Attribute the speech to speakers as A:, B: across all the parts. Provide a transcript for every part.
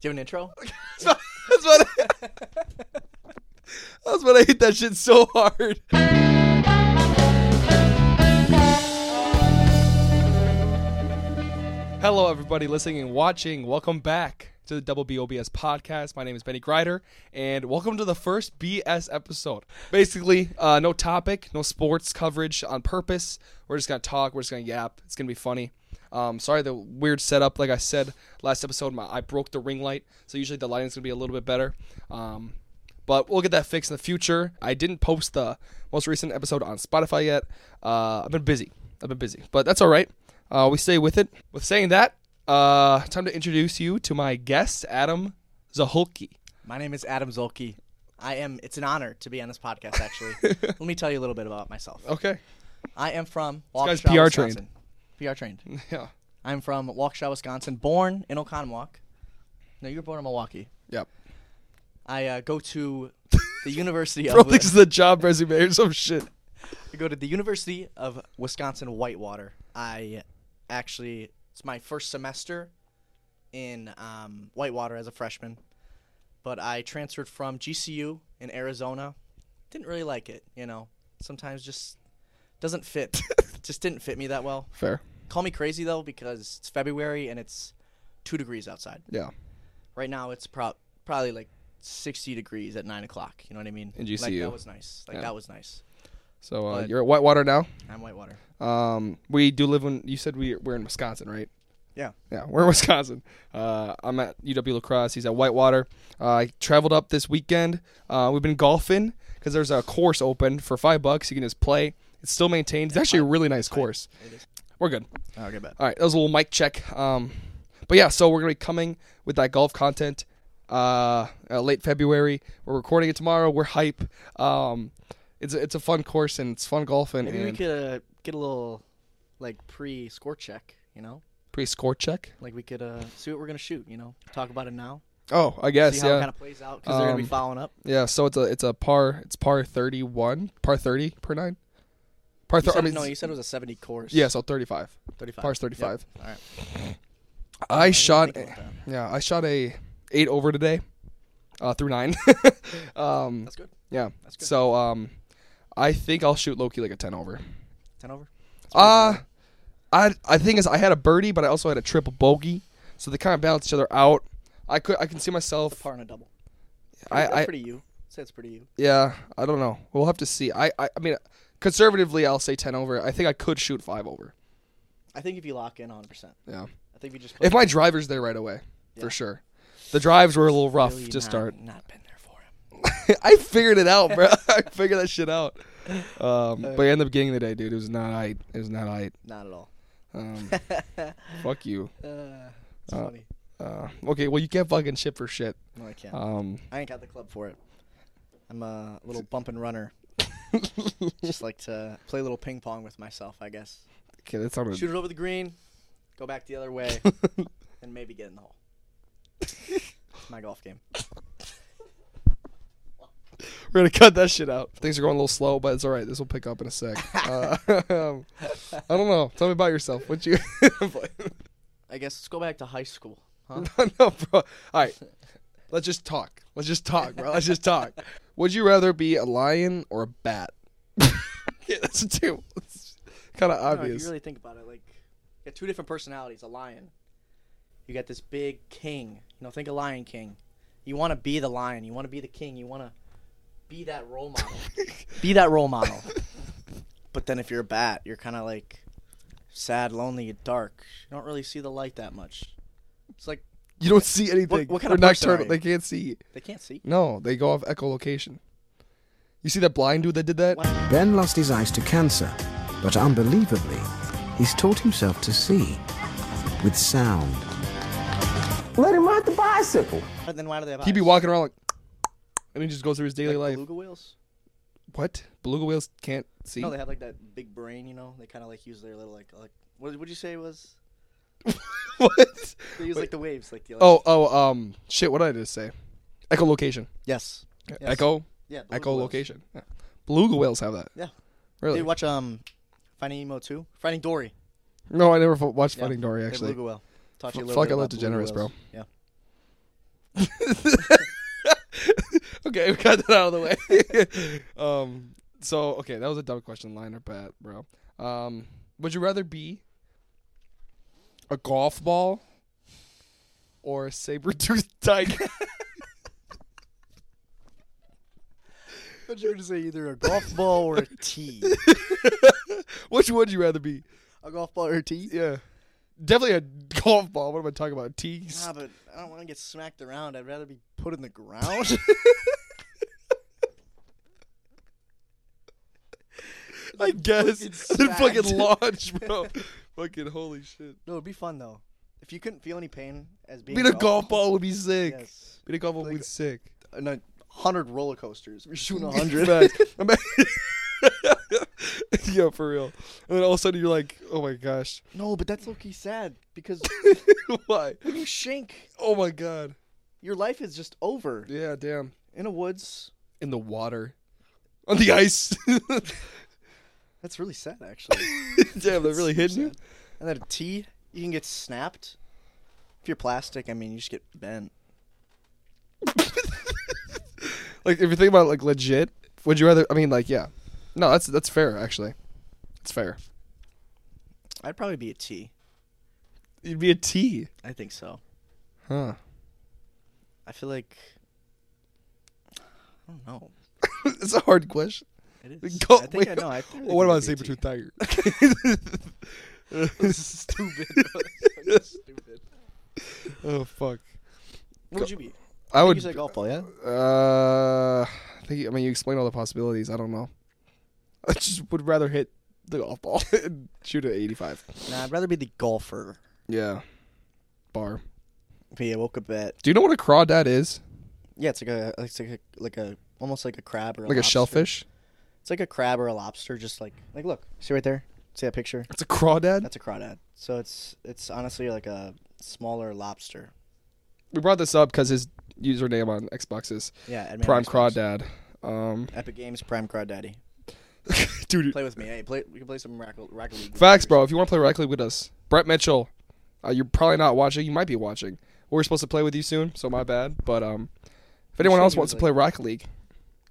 A: Do you have an intro?
B: That's what I, that's what I hate that shit so hard. Hello, everybody listening and watching. Welcome back to the Double B OBS podcast. My name is Benny Grider, and welcome to the first BS episode. Basically, uh, no topic, no sports coverage on purpose. We're just gonna talk. We're just gonna yap. It's gonna be funny. Um, sorry the weird setup. Like I said last episode, my I broke the ring light, so usually the lighting's gonna be a little bit better. Um, but we'll get that fixed in the future. I didn't post the most recent episode on Spotify yet. Uh, I've been busy. I've been busy, but that's all right. Uh, we stay with it. With saying that, uh, time to introduce you to my guest, Adam Zahulki.
A: My name is Adam Zolke. I am. It's an honor to be on this podcast. Actually, let me tell you a little bit about myself.
B: Okay.
A: I am from
B: guy's
A: Waukesha,
B: PR
A: Wisconsin. PR trained.
B: Yeah.
A: I'm from Waukesha, Wisconsin. Born in Oconomowoc. No, you were born in Milwaukee.
B: Yep.
A: I uh, go to the University
B: Bro
A: of.
B: thinks it's a job resume or some shit.
A: I go to the University of Wisconsin Whitewater. I actually it's my first semester in um, Whitewater as a freshman, but I transferred from GCU in Arizona. Didn't really like it, you know. Sometimes just doesn't fit. just didn't fit me that well.
B: Fair.
A: Call me crazy though because it's February and it's two degrees outside.
B: Yeah.
A: Right now it's pro- probably like sixty degrees at nine o'clock. You know what I mean?
B: In
A: like,
B: GCU.
A: that was nice. Like
B: Yeah.
A: that was nice.
B: So uh,
A: But-
B: you're at Whitewater now.
A: I'm Whitewater.
B: Um, we do live in. You said we we're in Wisconsin, right?
A: Yeah.
B: Yeah, we're in Wisconsin. Uh, I'm at UW Lacrosse. He's at Whitewater. Uh, I traveled up this weekend. Uh, we've been golfing because there's a course open for five bucks. You can just play. It's still maintained. It's actually a really nice course.
A: It is.
B: We're good.
A: Okay, bet.
B: All right, that was a little mic check. Um, but yeah, so we're gonna be coming with that golf content uh, uh, late February. We're recording it tomorrow. We're hype. Um, it's a, it's a fun course and it's fun golfing
A: Maybe we
B: and
A: could uh, get a little like pre score check, you know?
B: pre score check.
A: Like we could uh, see what we're gonna shoot, you know? Talk about it now,
B: Oh, I guess
A: see how
B: yeah.
A: it kind of plays out because they're gonna be
B: Um,
A: following up.
B: Yeah, so it's a it's a par it's par thirty one par thirty per nine, par
A: You
B: thirty.
A: said,
B: I mean,
A: no, you said it was a seventy course.
B: yeah, so thirty five.
A: thirty-five.
B: Par's thirty five.
A: All right.
B: I shot
A: think about that.
B: yeah I shot a eight over today, uh through nine. um
A: That's good.
B: yeah,
A: That's good.
B: so um, I think I'll shoot Loki like a ten over.
A: Ten over. That's pretty
B: Uh
A: good.
B: I I think is I had a birdie, but I also had a triple bogey, so they kind of balance each other out. I could I can see myself.
A: par and a double.
B: I,
A: that's
B: I
A: pretty you. Say it's pretty you.
B: Yeah, I don't know. We'll have to see. I, I, I mean, conservatively, I'll say ten over. I think I could shoot five over.
A: I think if you lock in hundred percent,
B: Yeah,
A: I think if you just put
B: if my driver's there right away,
A: Yeah.
B: for sure. The drives were a little rough
A: really
B: to
A: not,
B: start.
A: Not been there for him.
B: I figured it out, bro. I figured that shit out. Um,
A: Uh.
B: but in the beginning of the day, dude, it was not I. It was not I.
A: Not at all.
B: Um, fuck you.
A: Uh, it's
B: Uh,
A: funny.
B: Uh, okay, well, you can't fucking shit for shit.
A: No, I can't.
B: Um,
A: I ain't got the club for it. I'm a little bump and runner. Just like to play a little ping pong with myself, I guess.
B: okay, that sounded.
A: Shoot it over the green, go back the other way, and maybe get in the hole. It's my golf game.
B: We're gonna cut that shit out. Things are going a little slow, but it's all right. This will pick up in a sec. Uh, um, I don't know. Tell me about yourself. What you?
A: I guess let's go back to high school. Huh?
B: no, no, bro. All right, let's just talk. Let's just talk, bro. Let's just talk. Would you rather be a lion or a bat? yeah, that's two. It's kind of
A: I don't know, if
B: obvious.
A: you really think about it, like you got two different personalities. A lion, you got this big king. You know, think a lion king. You want to be the lion. You want to be the king. You want to be that role model. be that role model. but then if you're a bat, you're kind of like sad, lonely, dark. You don't really see the light that much. It's like
B: you don't see anything.
A: what kind of
B: They're
A: person are
B: nocturnal.
A: you?
B: They can't see.
A: they can't see.
B: No, they go off echolocation. You see that blind dude that did that?
A: What?
C: Ben lost his eyes to cancer, but unbelievably, he's taught himself to see with sound.
D: Let him ride the bicycle.
A: But then why do they have
B: He'd be
A: eyes?
B: walking around like, and he just goes through his daily
A: like
B: life.
A: beluga whales?
B: What? Beluga whales can't see.
A: No, they have like that big brain. You know, they kind of like use their little like like. What would you say it was?
B: what?
A: They use like the waves, like the.
B: Oh, oh, um, shit. What did I just say? Echolocation.
A: Yes. Yes.
B: Echo.
A: Yeah. beluga whales.
B: Echolocation. Yeah. Beluga whales have that.
A: Yeah.
B: Really?
A: Dude, watch um, Finding Nemo two, Finding Dory.
B: no, I never fo- watched
A: Yeah,
B: Finding Dory
A: They're
B: actually.
A: beluga whale. Taught you a
B: F-
A: little
B: fuck,
A: bit
B: I love
A: about beluga
B: DeGeneres, bro.
A: whales. Yeah.
B: okay, we got that out of the way. um, so okay, that was a dumb question, line or bat, bro. Um, would you rather be a golf ball or a saber toothed tiger?
A: thought you were gonna say either a golf ball or a tee.
B: Which would you rather be?
A: A golf ball or a tee?
B: Yeah, definitely a golf ball. What am I talking about? A tee?
A: Nah, but I don't want to get smacked around. I'd rather be put in the ground.
B: I guess.
A: fucking
B: Then fucking
A: smacked.
B: launch, bro. fucking holy shit.
A: no, it'd be fun though. If you couldn't feel any pain as being
B: Being a golf ball would be sick.
A: yes,
B: Being a golf ball would be sick.
A: and a hundred roller coasters. We're shooting a hundred.
B: Facts. Ima- Yo, for real. And then all of a sudden you're like, oh my gosh,
A: no, but that's low-key sad because
B: why?
A: when you shank,
B: Oh my god.
A: your life is just over
B: Yeah, damn.
A: in the woods.
B: In the water, on the ice.
A: That's really sad, actually.
B: damn, that really hit you.
A: And then a tee, you can get snapped. If you're plastic, I mean, you just get bent.
B: Like if you think about it, like legit, would you rather? I mean, like yeah. No, that's that's fair actually. It's fair.
A: I'd probably be a tee.
B: You'd be a T,
A: I think so.
B: huh?
A: I feel like I don't know.
B: it's a hard question.
A: It
B: We
A: is.
B: go-
A: I think
B: wait,
A: I know. I feel like
B: what
A: it
B: about a
A: would
B: saber
A: be a
B: tooth tiger?
A: Stupid. Stupid.
B: oh fuck!
A: What would you be?
B: I would.
A: you said golf ball, yeah.
B: Uh, I think. I mean, you explained all the possibilities. I don't know. I just would rather hit the golf ball and shoot at eighty-five.
A: Nah, I'd rather be the golfer.
B: Yeah. Bar.
A: But yeah, woke up at
B: Do you know what a crawdad is?
A: yeah. It's like a it's like a like a almost like a crab or a
B: Like a
A: lobster.
B: shellfish.
A: It's like a crab or a lobster, just like like look. See right there. See that picture?
B: It's a crawdad.
A: That's a crawdad. So it's it's honestly like a smaller lobster.
B: we brought this up because his username on Xbox is
A: Yeah, Edman
B: Prime
A: Xbox.
B: Crawdad. Um,
A: Epic Games Prime Crawdaddy.
B: dude,
A: Play with me. Hey, play. We can play some Rackle, Rackle League.
B: facts, bro. If you want to play directly with us, Brett Mitchell, uh, you're probably not watching. You might be watching. We're supposed to play with you soon, so my bad. But um, if anyone
A: said
B: else
A: he
B: wants
A: was
B: to
A: like-
B: play Rocket League,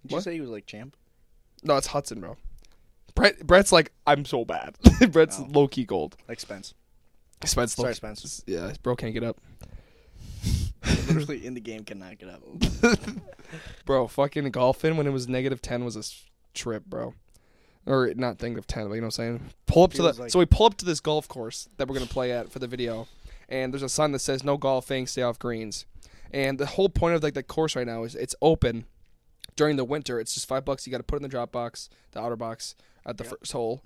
A: Did you
B: What?
A: say he was like champ?
B: no, it's Hudson, bro. Brett, Brett's like, I'm so bad. Brett's
A: No.
B: low key gold.
A: Like Spence.
B: Spence,
A: Oh. Sorry,
B: low-key-
A: Spence.
B: Yeah, bro can't get up.
A: Literally in the game cannot get up.
B: Bro, fucking golfing when it was negative ten was a s- trip, bro. Or not negative ten, but you know what I'm saying. Pull up to the
A: Feels like-
B: so we pull up to this golf course that we're gonna play at for the video, and there's a sign that says no golfing, stay off greens. And the whole point of like the course right now is it's open during the winter. It's just five bucks. You got to put in the drop box, the outer box at the first hole.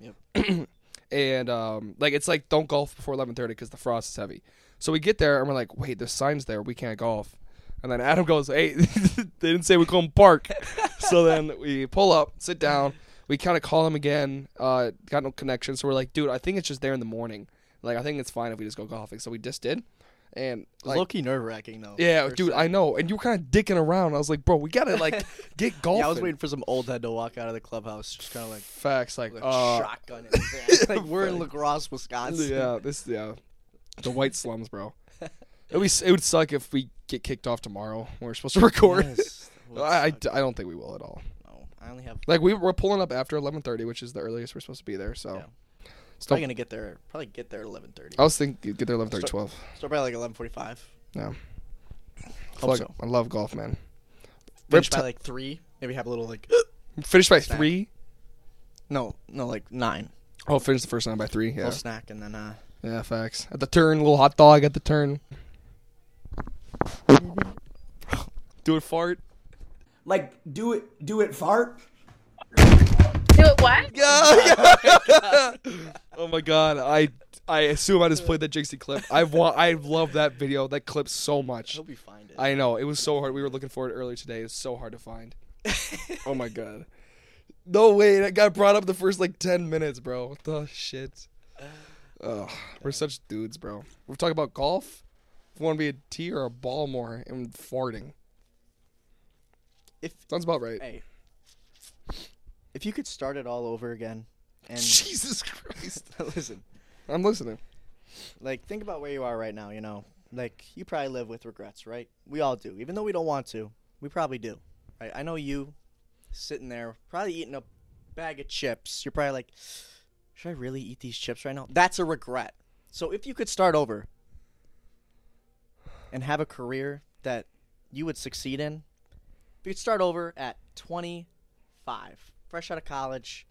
B: and um, like it's like don't golf before 11:30 because the frost is heavy. So we get there and we're like, wait, there's signs there. We can't golf. And then Adam goes, hey, they didn't say we couldn't park. so then we pull up, sit down. We kind of call him again. Uh, got no connection. So we're like, dude, I think it's just there in the morning. Like I think it's fine if we just go golfing. So we just did. And like,
A: Low key nerve wracking though.
B: yeah,
A: First
B: dude,
A: time.
B: I know. And you were kind of dicking around. I was like, bro, we gotta like get golfing.
A: Yeah, I was waiting for some old head to walk out of the clubhouse, just kind of like,
B: facts like,
A: like
B: uh,
A: shotgun. It. like we're in Lacrosse, Wisconsin.
B: yeah, this yeah, the white slums, bro. It would it would suck if we get kicked off tomorrow. when We're supposed to record.
A: Yes, that would
B: I, I,
A: suck.
B: I don't think we will at all.
A: No, I only have.
B: Like we we're pulling up after 11:30, which is the earliest we're supposed to be there. So
A: Yeah.
B: still,
A: Probably gonna get there. Probably get there at eleven thirty.
B: I was thinking get there 11:30,
A: Start-
B: 12.
A: So probably like eleven forty-five.
B: No,
A: Hope
B: Fuck,
A: so.
B: I love golf, man. Rip
A: Finish by
B: ti-
A: like three. Maybe have a little like.
B: finish by
A: Snack.
B: three.
A: no, no, like nine.
B: Oh, finish the first nine by three. Yeah,
A: Little snack and then uh.
B: yeah, facts. At the turn, little hot dog at the turn. Do a fart.
E: Like, do it, do it, fart.
F: Do it what?
B: Oh my god, I I assume I just played that Jinxie clip. I want I love that video, that clip so
A: I
B: much.
A: hope you find it.
B: I know it was so hard. We were looking for it earlier today. It's so hard to find. oh my god. No way, that got brought up the first like ten minutes, bro. What the shit? Ugh, we're such dudes, bro. We're talking about golf. If you want to be a tee or a ball more, and farting
A: if
B: sounds about right.
A: hey, if you could start it all over again, and
B: Jesus Christ,
A: listen,
B: I'm listening.
A: like think about where you are right now. You know, like you probably live with regrets, right? We all do, even though we don't want to. We probably do. Right? I know you sitting there probably eating a bag of chips. You're probably like, should I really eat these chips right now? That's a regret. So if you could start over and have a career that you would succeed in, if you could start over at 25, fresh out of college,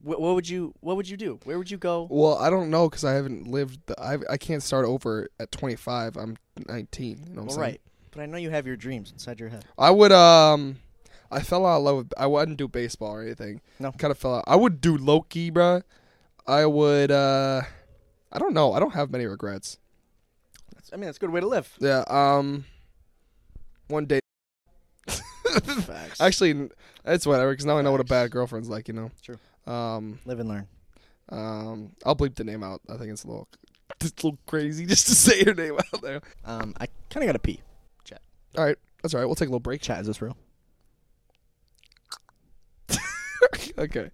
A: what, what would you what would you do? Where would you go?
B: Well, I don't know because I haven't lived. The, I I can't start over at 25. I'm 19. You know what I'm
A: Well,
B: saying?
A: right. But I know you have your dreams inside your head.
B: I would um, I fell out of love with. I wouldn't do baseball or anything.
A: No.
B: kind of fell out. I would do Loki, bruh. I would. uh I don't know. I don't have many regrets.
A: That's, I mean, that's a good way to live.
B: Yeah. Um. One day.
A: Facts.
B: Actually, n- it's whatever. Because now I know what a bad girlfriend's like. You know.
A: True.
B: Um.
A: live and learn.
B: Um. I'll bleep the name out. I think it's a little, it's a little crazy just to say your name out there.
A: Um, I kind of gotta pee. Chat,
B: All right. That's all right. We'll take a little break.
A: chat, is this real?
B: okay.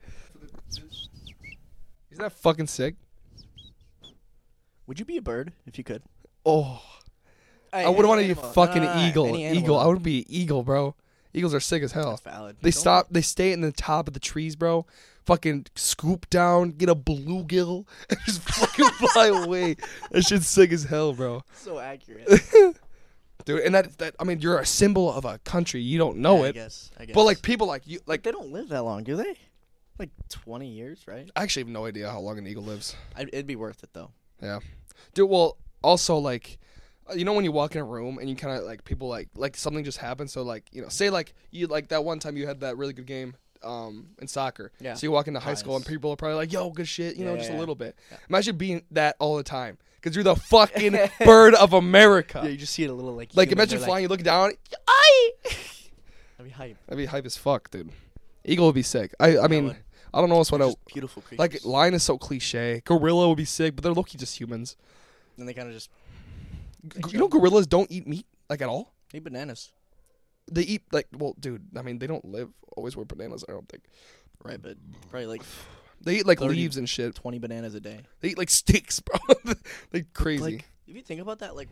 B: Isn't that fucking sick?
A: Would you be a bird if you could?
B: Oh, I would want to be a fucking eagle. Eagle. I would be an eagle, bro. Eagles are sick as hell.
A: valid.
B: They
A: Don't-
B: stop. They stay in the top of the trees, bro. Fucking scoop down, get a bluegill, and just fucking fly away. That shit's sick as hell, bro.
A: So accurate.
B: Dude, and that, that I mean, you're a symbol of a country. You don't know
A: I
B: it,
A: guess. I guess.
B: but like people like you, like
A: they don't live that long, do they? Like twenty years, right?
B: I actually have no idea how long an eagle lives.
A: I, it'd be worth it though.
B: Yeah, dude. Well, also like, uh, you know when you walk in a room and you kind of like people like like something just happened. So like you know, say like you like that one time you had that really good game um in soccer.
A: Yeah.
B: So you walk into high school and
A: Nice.
B: people are probably like, "Yo, good shit," you know,
A: Yeah,
B: just
A: yeah,
B: a little bit. Imagine being that all the time because you're the fucking bird of America.
A: Yeah, you just see it a little like.
B: like
A: human,
B: imagine
A: they're
B: flying, you look down. I.
A: That'd be hype.
B: That'd be hype as fuck, dude. Eagle would be sick. I I mean.
A: would.
B: I don't know what's what I
A: Just beautiful creatures.
B: like. Lion is so cliche. Gorilla would be sick, but they're low just humans.
A: and they kind of just
B: you know gorillas don't eat meat like at all
A: they eat bananas,
B: they eat like well dude i mean they don't live always wear bananas i don't think
A: right? But probably like
B: they eat like
A: 30.
B: leaves and shit
A: twenty bananas a day.
B: they eat like sticks bro they crazy
A: Like if you think about that, like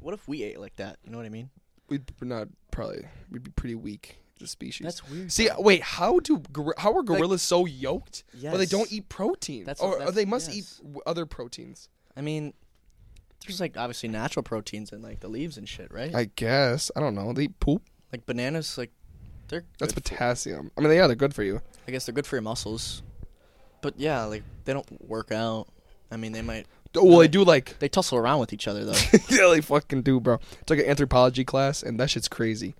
A: what if we ate like that? You know what I mean?
B: we'd be not probably we'd be pretty weak as a species
A: That's weird,
B: see wait how do gor- how are gorillas so yoked but they
A: Yes.
B: don't eat protein
A: That's-
B: or, or
A: that's-
B: they must eat
A: yes.
B: w- other proteins
A: I mean, there's like obviously natural proteins in like the leaves and shit, right?
B: i guess i don't know they eat poop
A: like bananas, like they're
B: that's
A: good
B: potassium i mean yeah they're good for you
A: I guess they're good for your muscles. But yeah, like they don't work out. I mean, they might
B: well they do like
A: they tussle around with each other though.
B: yeah, they fucking do, bro. It's like an anthropology class, and that shit's crazy.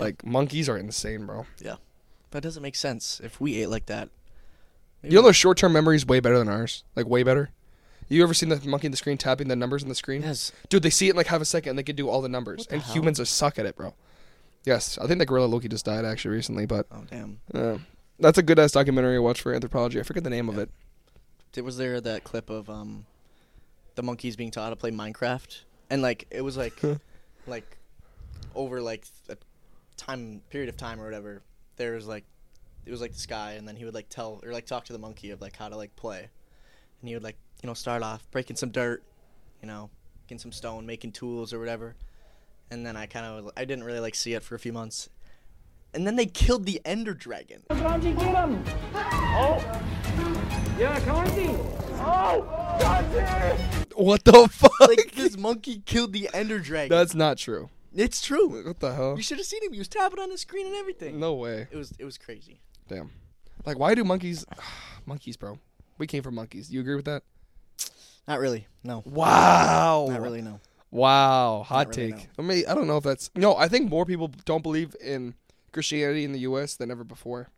B: Like monkeys are insane, bro.
A: yeah, that doesn't make sense if we ate like that.
B: You know their short-term memory is way better than ours. Like way better. You ever seen the monkey in the screen tapping the numbers on the screen?
A: Yes.
B: Dude, they see it in like half a second, and they can do all the numbers. and humans are suck at it, bro. Yes, I think that gorilla Loki just died actually recently, but
A: Oh damn!
B: uh, that's a good ass documentary I watched for anthropology. I forget the name of it.
A: There was there that clip of um, the monkeys being taught how to play Minecraft, and like it was like, like, over like a time period of time or whatever. There was like, it was like this guy, and then he would like tell or like talk to the monkey of like how to like play, and he would like you know start off breaking some dirt, you know, getting some stone, making tools or whatever, and then I kind of I didn't really like see it for a few months, and then they killed the Ender Dragon.
G: Can't you get him? Oh! Yeah, can't you? Oh! Dante!
B: What the fuck?
A: like this monkey killed the Ender Dragon.
B: that's not true.
A: it's true.
B: What the hell?
A: You should have seen him. He was tapping on the screen and everything.
B: No way.
A: It was it was crazy.
B: Damn. Like why do monkeys? monkeys, bro. We came from monkeys. Do you agree with that?
A: Not really. No.
B: Wow.
A: Not really. No.
B: Wow. Hot
A: really,
B: take. I mean, I don't know if that's no. I think more people don't believe in Christianity in the U.S. than ever before.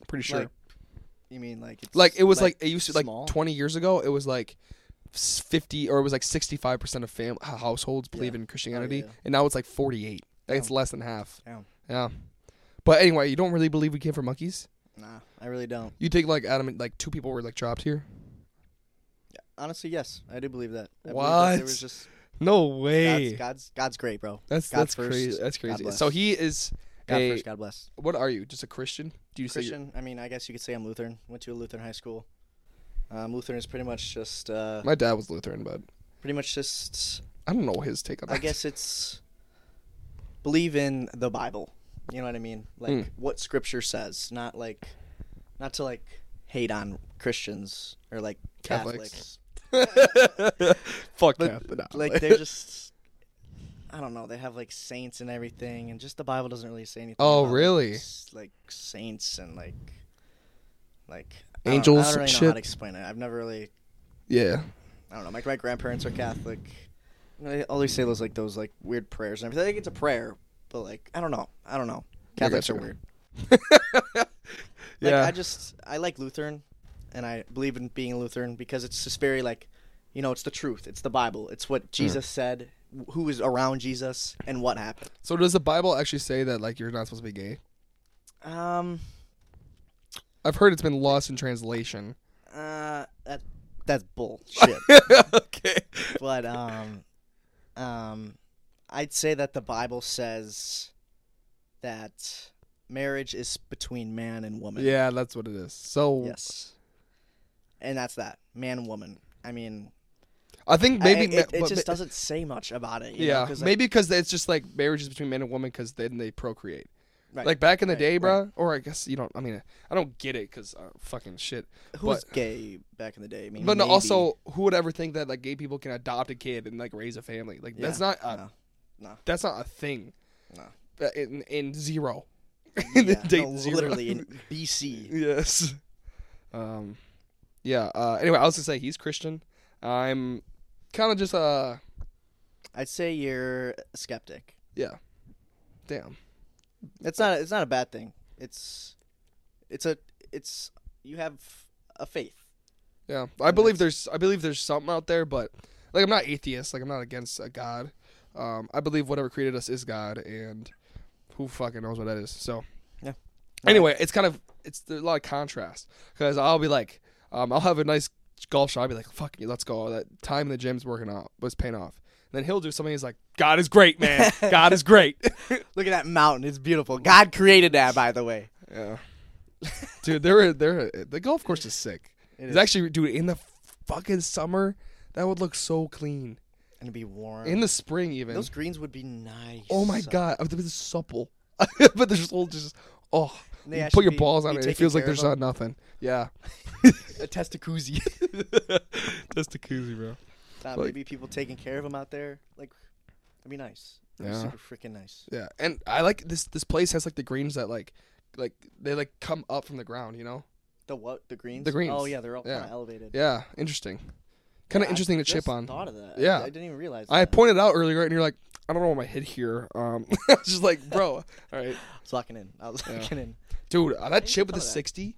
B: I'm pretty sure.
A: Like,
B: Like,
A: you mean like it's
B: it was like, it used to like
A: small?
B: 20 years ago. It was like s- 50 or it was like 65 percent of fam- h- households believe in Christianity,
A: yeah.
B: and now it's like 48. Like, It's less than half.
A: Damn.
B: Yeah. But anyway, you don't really believe we came from monkeys.
A: Nah, I really don't.
B: You think like Adam and like two people were like dropped here?
A: Honestly, yes, I do believe that. I believe that
B: What?
A: there was just
B: No
A: God's,
B: way.
A: God's God's great, bro.
B: that's
A: God
B: that's
A: first,
B: crazy. That's
A: God
B: crazy.
A: bless.
B: So he is
A: God
B: a
A: first, God bless.
B: what are you? Just a Christian? Do you say you're-
A: Christian. I mean, I guess you could say I'm Lutheran. Went to a Lutheran high school. Um, Lutheran is pretty much just uh,
B: My dad was Lutheran, but
A: pretty much just
B: I don't know his take on that.
A: I guess it's believe in the Bible. You know what I mean? Like
B: Hmm.
A: what Scripture says, not like not to like hate on Christians or like
B: Catholics.
A: Catholics.
B: fuck Catholic. nah,
A: Like they're just I don't know. They have like saints and everything, and just the Bible doesn't really say anything.
B: Oh,
A: about, like,
B: really?
A: s- Like, saints and like like I don't-
B: Angels
A: I
B: and
A: don't really know
B: shit?
A: how to explain it. I've never really
B: yeah.
A: I don't know. My my grandparents are Catholic. You know, They always say those like those like weird prayers and everything. I think it's a prayer, but like I don't know. I don't know. Catholics are
B: gotcha.
A: weird. Like,
B: Yeah.
A: I just I like Lutheran, and I believe in being Lutheran because it's just very like, you know, it's the truth. It's the Bible. It's what Jesus said. wh- Who was around Jesus and what happened.
B: So does the Bible actually say that like you're not supposed to be gay?
A: Um.
B: I've heard it's been lost in translation.
A: Uh. That that's bullshit.
B: okay.
A: but um um i'd say that the bible says that marriage is between man and woman
B: Yeah, that's what it is. So
A: yes and that's that man woman i mean
B: I think
A: maybe
B: maybe
A: it, it
B: but-
A: just doesn't say much about it you know,
B: Yeah,
A: 'cause, like,
B: maybe because it's just like marriages between men and women because then they procreate.
A: Right,
B: like back in the
A: right,
B: day,
A: right.
B: bruh, Or I guess you don't. I mean, I don't get it because uh, fucking shit.
A: who was
B: but-
A: gay back in the day I mean,
B: But no,
A: maybe.
B: also, who would ever think that like gay people can adopt a kid and like raise a family? Like that's
A: Yeah,
B: not a,
A: no.
B: that's not a thing.
A: No.
B: Uh, In, in zero.
A: yeah,
B: in the date
A: no,
B: zero.
A: literally in bc
B: yes. Um, yeah. Uh, anyway, I was gonna say he's Christian. I'm kind of just uh,
A: i'd say you're a skeptic
B: yeah. Damn.
A: It's not. It's not a bad thing. It's, it's a. It's you have a faith.
B: Yeah, I believe there's I believe there's something out there, but like I'm not atheist. Like I'm not against a god. Um, I believe whatever created us is God, and who fucking knows what that is. So
A: Yeah.
B: Anyway, it's kind of it's there's a lot of contrast because I'll be like, um, I'll have a nice golf shot. I'll be like, fuck you, let's go. That time in the gym's working out was paying off. And then he'll do something. He's like, God is great, man. God is great.
A: Look at that mountain. It's beautiful. God created that, by the way.
B: yeah, dude, they're they're the golf course is sick. it's
A: is.
B: actually, dude, in the fucking summer, that would look so clean.
A: And it'd be warm.
B: in the spring even.
A: Those greens would be nice.
B: oh my
A: So-
B: god, but it's supple. but there's little just oh,
A: They
B: you put
A: actually
B: your
A: be-
B: balls on
A: be
B: it. It
A: taking
B: feels like
A: care
B: there's
A: of
B: not nothing. Yeah,
A: A testacuzzi.
B: that's the koozie, bro.
A: uh, maybe people taking care of them out there. Like, that'd be nice. That'd be
B: Yeah.
A: super freaking nice.
B: Yeah, and I like this. This place has like the greens that like, like they like come up from the ground. You know?
A: The what? The greens.
B: The greens.
A: Oh yeah, they're all
B: Yeah.
A: kind of elevated.
B: Yeah, interesting. Kind of
A: I
B: interesting to
A: just
B: chip on.
A: Thought of that. I-
B: Yeah.
A: I, didn't even realize.
B: I
A: that.
B: pointed out earlier, and you're like, I don't know why my head here. Um, I was just like, bro, all right.
A: I was locking in. I was locking in.
B: dude, uh, that chip with the
A: thought of that.
B: sixty.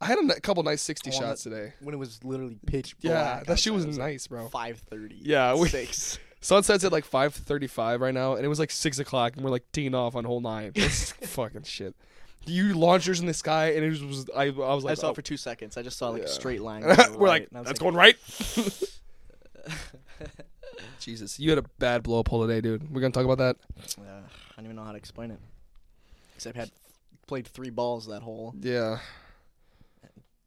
B: I had a n- couple nice sixty
A: Oh, on
B: shots
A: the-
B: today.
A: When it was literally pitch black.
B: Yeah, that shit
A: outside,
B: was
A: it
B: nice, bro.
A: Five thirty.
B: Yeah, we-
A: six.
B: Sunset's at like five thirty-five right now, and it was like six o'clock, and we're like teeing off on hole nine. This is fucking shit. You launched yours in the sky, and it was, was- I, I was like,
A: I saw
B: oh.
A: it for two seconds. I just saw like a straight line.
B: we're like,
A: and I was
B: that's going right. Jesus, you had a bad blow up hole today, dude. We're gonna talk about that.
A: Uh, I don't even know how to explain it. Except had played three balls that hole.
B: Yeah.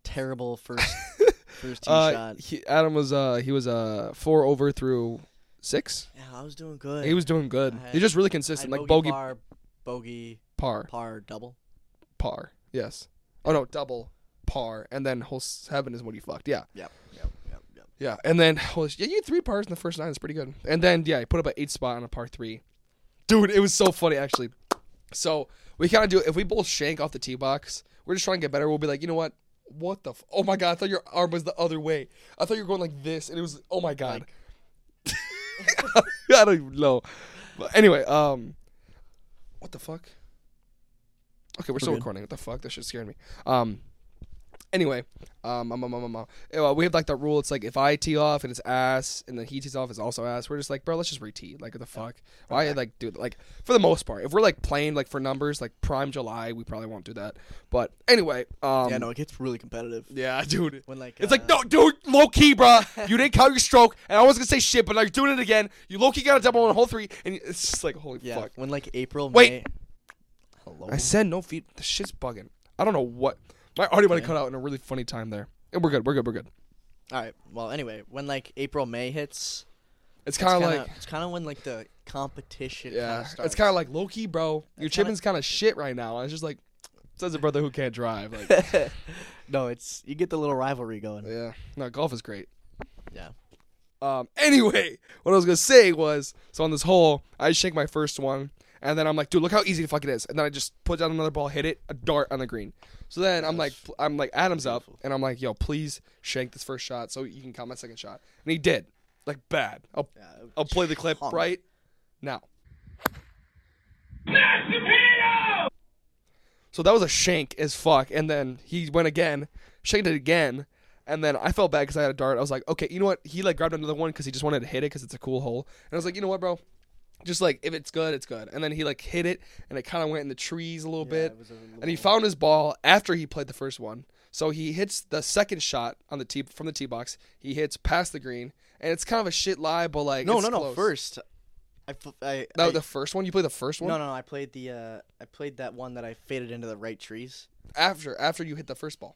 A: Terrible first first tee
B: Uh,
A: shot.
B: he, Adam was uh he was uh four over through six.
A: Yeah, I was doing good.
B: He was doing good.
A: I had-
B: He's just really
A: I had
B: consistent, like
A: bogey
B: bogey par.
A: par, bogey
B: par
A: par double.
B: Yes. Oh no, double par, and then hole seven is what he fucked. Yeah.
A: Yep, yep, yep, yep.
B: Yeah, and then well, yeah, you had three pars in the first nine. That's pretty good. And then yeah, you put up an eight spot on a par three. Dude, it was so funny actually. So we kind of do if we both shank off the tee box, we're just trying to get better. We'll be like, you know what? What the? F- oh my god! I thought your arm was the other way. I thought you were going like this, and it was oh my god. I don't even know. But anyway, um, what the fuck? Okay, we're still recording. What the fuck? That shit scared me. Um, anyway, um, um, um, um, um, um, uh, we have like that rule. It's like if I tee off and it's ass, and then he tees off, it's also ass. We're just like, bro, let's just re-tee. Like, what the fuck? Why? Like, dude, like for the most part, if we're like playing like for numbers, like prime July, we probably won't do that. But anyway, um,
A: Yeah, no, it gets really competitive.
B: yeah, dude.
A: When, like,
B: it's
A: uh,
B: like no, dude, low key, bruh. You didn't count your stroke, and I was gonna say shit, but now you're doing it again. You low key got a double on hole three, and you- it's just like holy
A: Yeah,
B: fuck.
A: when like April,
B: Wait.
A: May. Hello.
B: I said no feet. The shit's bugging. I don't know what. My audio might have cut out in a really funny time there, and we're good. We're good. We're good.
A: All right. Well, anyway, when like April, May hits,
B: It's kind of
A: kinda-
B: like
A: it's kind of when like the competition.
B: yeah,
A: kinda
B: it's kind of like Loki, bro. Your
A: It's kinda-
B: chipping's kind of shit right now. And it's just like says a brother who can't drive. Like
A: like no, it's you get the little rivalry going.
B: yeah, no, golf is great.
A: Yeah.
B: Um, anyway, what I was gonna say was, so on this hole, I shake my first one, and then I'm like, dude, look how easy the fuck it is. And then I just put down another ball, hit it, a dart on the green. So then I'm like, pl- I'm like, Adam's up, and I'm like, yo, please shank this first shot so you can count my second shot. And he did, like bad. I'll, I'll play the clip
A: hung.
B: right now. So that was a shank as fuck. And then he went again, shanked it again. And then I felt bad because I had a dart. I was like, okay, you know what? He like grabbed another one because he just wanted to hit it because it's a cool hole. And I was like, you know what, bro? Just like if it's good, it's good. And then he like hit it, and it kind of went in the trees a little bit. and he found his ball after he played the first one. So he hits the second shot on the tee from the tee box. He hits past the green, and it's kind of a shit lie, but like
A: No,
B: it's
A: no, no.
B: close.
A: First, I, f- I-
B: that
A: I-
B: was the first one you played the first one
A: no, no. I played the uh, I played that one that I faded into the right trees.
B: after after you hit the first ball,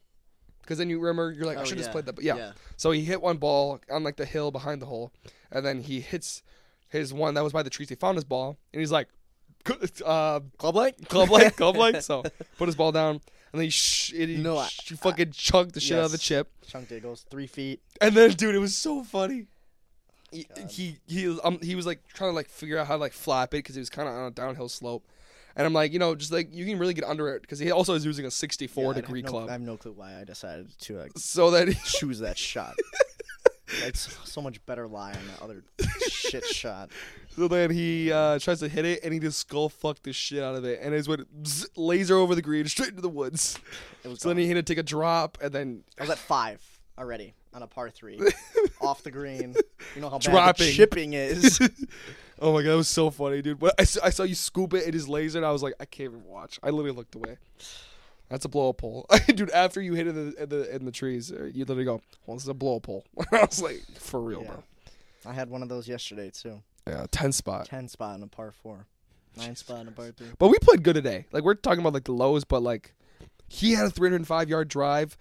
B: because then you remember you're like I
A: Oh,
B: should have just
A: yeah,
B: played that. But yeah.
A: yeah.
B: so he hit one ball on like the hill behind the hole, and then he hits his one that was by the trees. He found his ball, and he's like, uh,
A: Club like
B: club like club like. So put his ball down, and then he, sh- he
A: No, I-
B: sh- fucking chunked the shit out of the
A: Yes.
B: chip.
A: Chunked it goes three feet.
B: And then, dude, it was so funny. He he he, um, he was like trying to like figure out how to like flap it because he was kind of on a downhill slope, and I'm like, you know, just like you can really get under it because he also is using a 64
A: I have
B: degree
A: no-
B: club.
A: I have no clue why I decided to like
B: so that he,
A: choose that shot. It's so much better lie on that other shit shot.
B: so then he uh, tries to hit it and he just skull fucked the shit out of it and it went zzz, laser over the green straight into the woods.
A: It was
B: So then
A: gone.
B: he had to take a drop and then
A: I was at five already on a par three, off the green. You know how bad
B: Dropping.
A: the chipping is.
B: oh my god, that was so funny, dude. When I, s- I saw you scoop it in his laser, and I was like, I can't even watch. I literally looked away. That's a blow up pole, dude. After you hit it in the in the, in the trees, uh, you literally go, "Well, this is a blow up pole." I was like, "For real, bro."
A: I had one of those yesterday too.
B: Yeah, ten spot.
A: Ten spot on a par four, nine spot on a par three.
B: But we played good today. Like we're talking about like the lows, but like he had a 305 yard drive.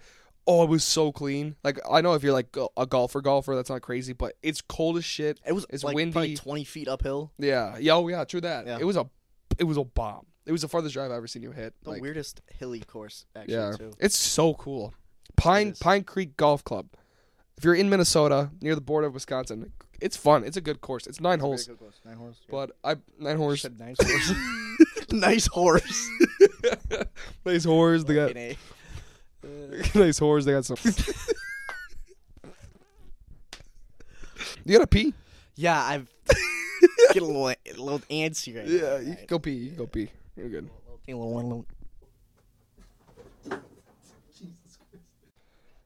B: Oh, it was so clean. Like I know if you're like go- a golfer, golfer, that's not crazy, but it's cold as shit.
A: It was
B: it's
A: like
B: windy.
A: probably twenty feet uphill.
B: Yeah. Yeah. Oh, yeah. True that.
A: Yeah.
B: It was a, it was a bomb. It was the farthest drive I've ever seen you hit.
A: The
B: like,
A: weirdest hilly course actually
B: yeah.
A: too.
B: It's so cool. Pine
A: is.
B: Pine Creek Golf Club. If you're in Minnesota, near the border of Wisconsin, it's fun. It's a good course. It's nine holes,
A: Very good course. Nine horse. yeah.
B: but I nine holes.
A: Said nice horse. nice horse.
B: nice horse. They got
A: Fucking
B: nice horse. They got some. you gotta pee.
A: A. Yeah, I've get a little a little antsy right now.
B: Yeah, you can go pee. You can go pee. You're good.
A: Take a little one. Little...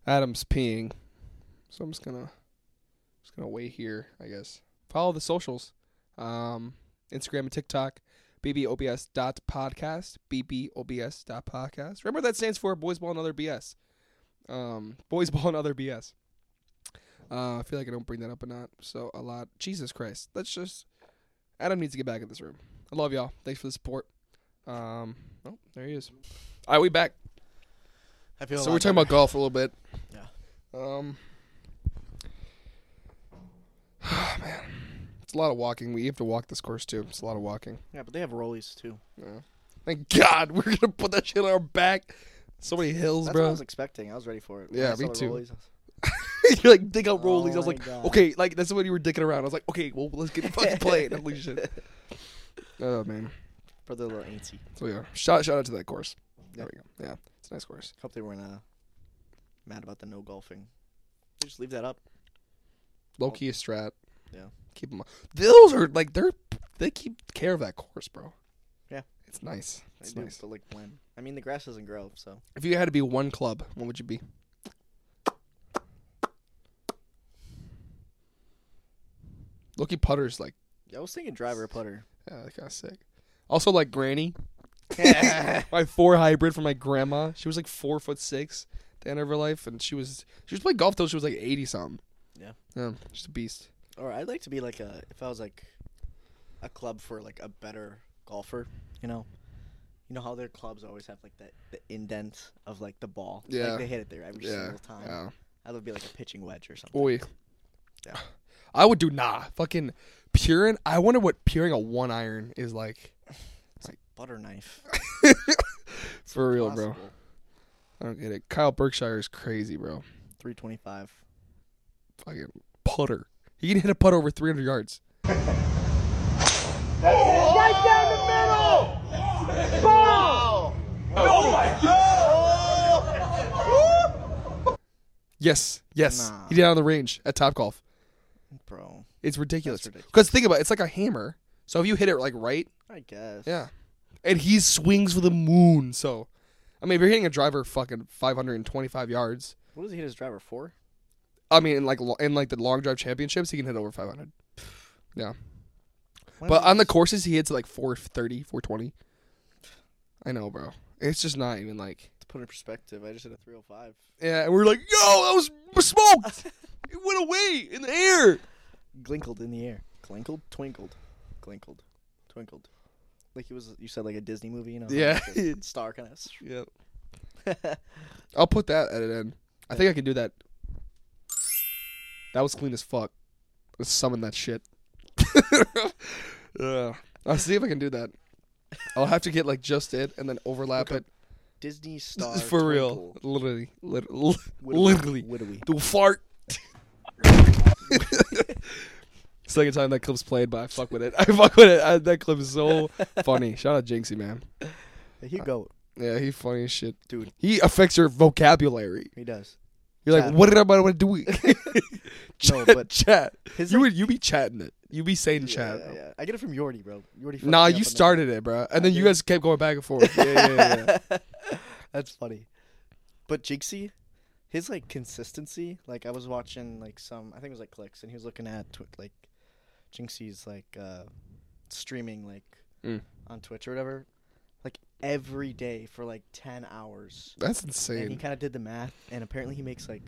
B: Adam's peeing, so I'm just gonna just gonna wait here, I guess. Follow the socials, um, Instagram and TikTok, bbobs dot podcast, bbobs dot podcast. Remember that stands for Boys Ball and Other BS. Um, Boys Ball and Other BS. Uh, I feel like I don't bring that up a not so a lot. Jesus Christ, let's just Adam needs to get back in this room. I love y'all. Thanks for the support. Um, oh, there he is. All right, we back.
A: I feel. a
B: So
A: lot
B: we're talking
A: better.
B: about golf a little bit.
A: Yeah.
B: Um. oh, man, it's a lot of walking. We have to walk this course too. It's a lot of walking.
A: Yeah, but they have rollies too.
B: Thank God we're gonna put that shit on our back. So many hills,
A: That's
B: bro.
A: what I was expecting. I was ready for it. When
B: Yeah,
A: I saw
B: me
A: the
B: too.
A: rollies, I was-
B: You're like dig out rollies. I was
A: Oh my
B: like,
A: God.
B: okay, like that's when you were dicking around. I was like, okay, well let's get fucking playing. Holy shit. Oh man.
A: For the little antsy.
B: So yeah, shout shout out to that course. There we go. Yeah, it's a nice course.
A: Hope they weren't uh, mad about the no golfing. They just leave that up.
B: Low key is strat.
A: Yeah.
B: Keep them. Those are like they're they keep care of that course, bro.
A: Yeah.
B: It's nice.
A: They
B: It's
A: do,
B: nice.
A: But like when? I mean, the grass doesn't grow, so
B: If you had to be one club, what would you be? Loki putters like
A: yeah, I was thinking driver or putter.
B: yeah, that kind of sick. Also like Granny, my four hybrid from my grandma. She was like four foot six at the end of her life, and she was she was playing golf till she was like eighty something.
A: Yeah.
B: yeah, just a beast.
A: Or I'd like to be like a if I was like a club for like a better golfer. You know, you know how their clubs always have like that the indent of like the ball.
B: Yeah.
A: Like they hit it there every
B: Yeah,
A: single time.
B: yeah.
A: I would be like a pitching wedge or something.
B: Boy.
A: Yeah.
B: I would do nah. Fucking puring. I wonder what puring a one iron is like.
A: Butter knife.
B: For real, bro.
A: Possible.
B: I don't get it. Kyle Berkshire is crazy, bro.
A: 325.
B: Fucking putter. He can hit a putter over 300 yards.
G: Right down the middle! Ball!
A: Oh
B: Yes, yes.
A: Nah.
B: He did it on the range at Top Golf.
A: Bro.
B: It's ridiculous.
A: ridiculous.
B: Because think about it, it's like a hammer. So if you hit it like right,
A: I guess.
B: yeah. And he swings for the moon. So, I mean, if you're hitting a driver fucking 525 yards,
A: What does he hit his driver for?
B: I mean, in like lo- in like the long drive championships, he can hit over 500. Yeah.
A: Why
B: But
A: not?
B: on the courses, he hits like 430, 420. I know, bro. It's just not even like.
A: to put it in perspective, I just hit a 305.
B: Yeah, and we're like, yo, that was smoked. it went away in the air.
A: Glinkled in the air. Glinkled? Twinkled. Glinkled. Twinkled. Like he was, you said, like a Disney movie, you know?
B: Yeah.
A: like the star kind of.
B: Yep. I'll put that at an end. I think I can do that. That was clean as fuck. Let's summon that shit. yeah. I'll see if I can do that. I'll have to get like just it and then overlap it
A: Disney star.
B: for real.
A: Twinkled.
B: Literally, literally,
A: Widowy.
B: literally.
A: Widowy.
B: Do a fart. Second time that clip's played, but I fuck with it. I fuck with it. I, that clip is so funny. Shout out Jinxie, man.
A: Hey, He go.
B: Yeah, he funny as shit.
A: Dude.
B: He affects your vocabulary.
A: He does.
B: You're like,
A: Chat.
B: what did I want to do?
A: No,
B: chat,
A: but
B: chat.
A: his,
B: you
A: like-
B: would you be chatting it. You be saying chat.
A: Yeah, yeah, yeah. I get it from Yordi, bro. Yordi. fucked me
B: Nah,
A: up
B: you
A: on that.
B: started it, bro. And then you
A: did.
B: guys kept going back and forth. Yeah, yeah, yeah. yeah.
A: That's funny. But Jinxie, his like consistency, like I was watching like some, I think it was like clicks, and he was looking at tw- like Jinxie's like uh streaming like
B: Mm.
A: on Twitch or whatever, like every day for like ten hours.
B: That's
A: And he
B: insane.
A: kind of did the math, and apparently he makes like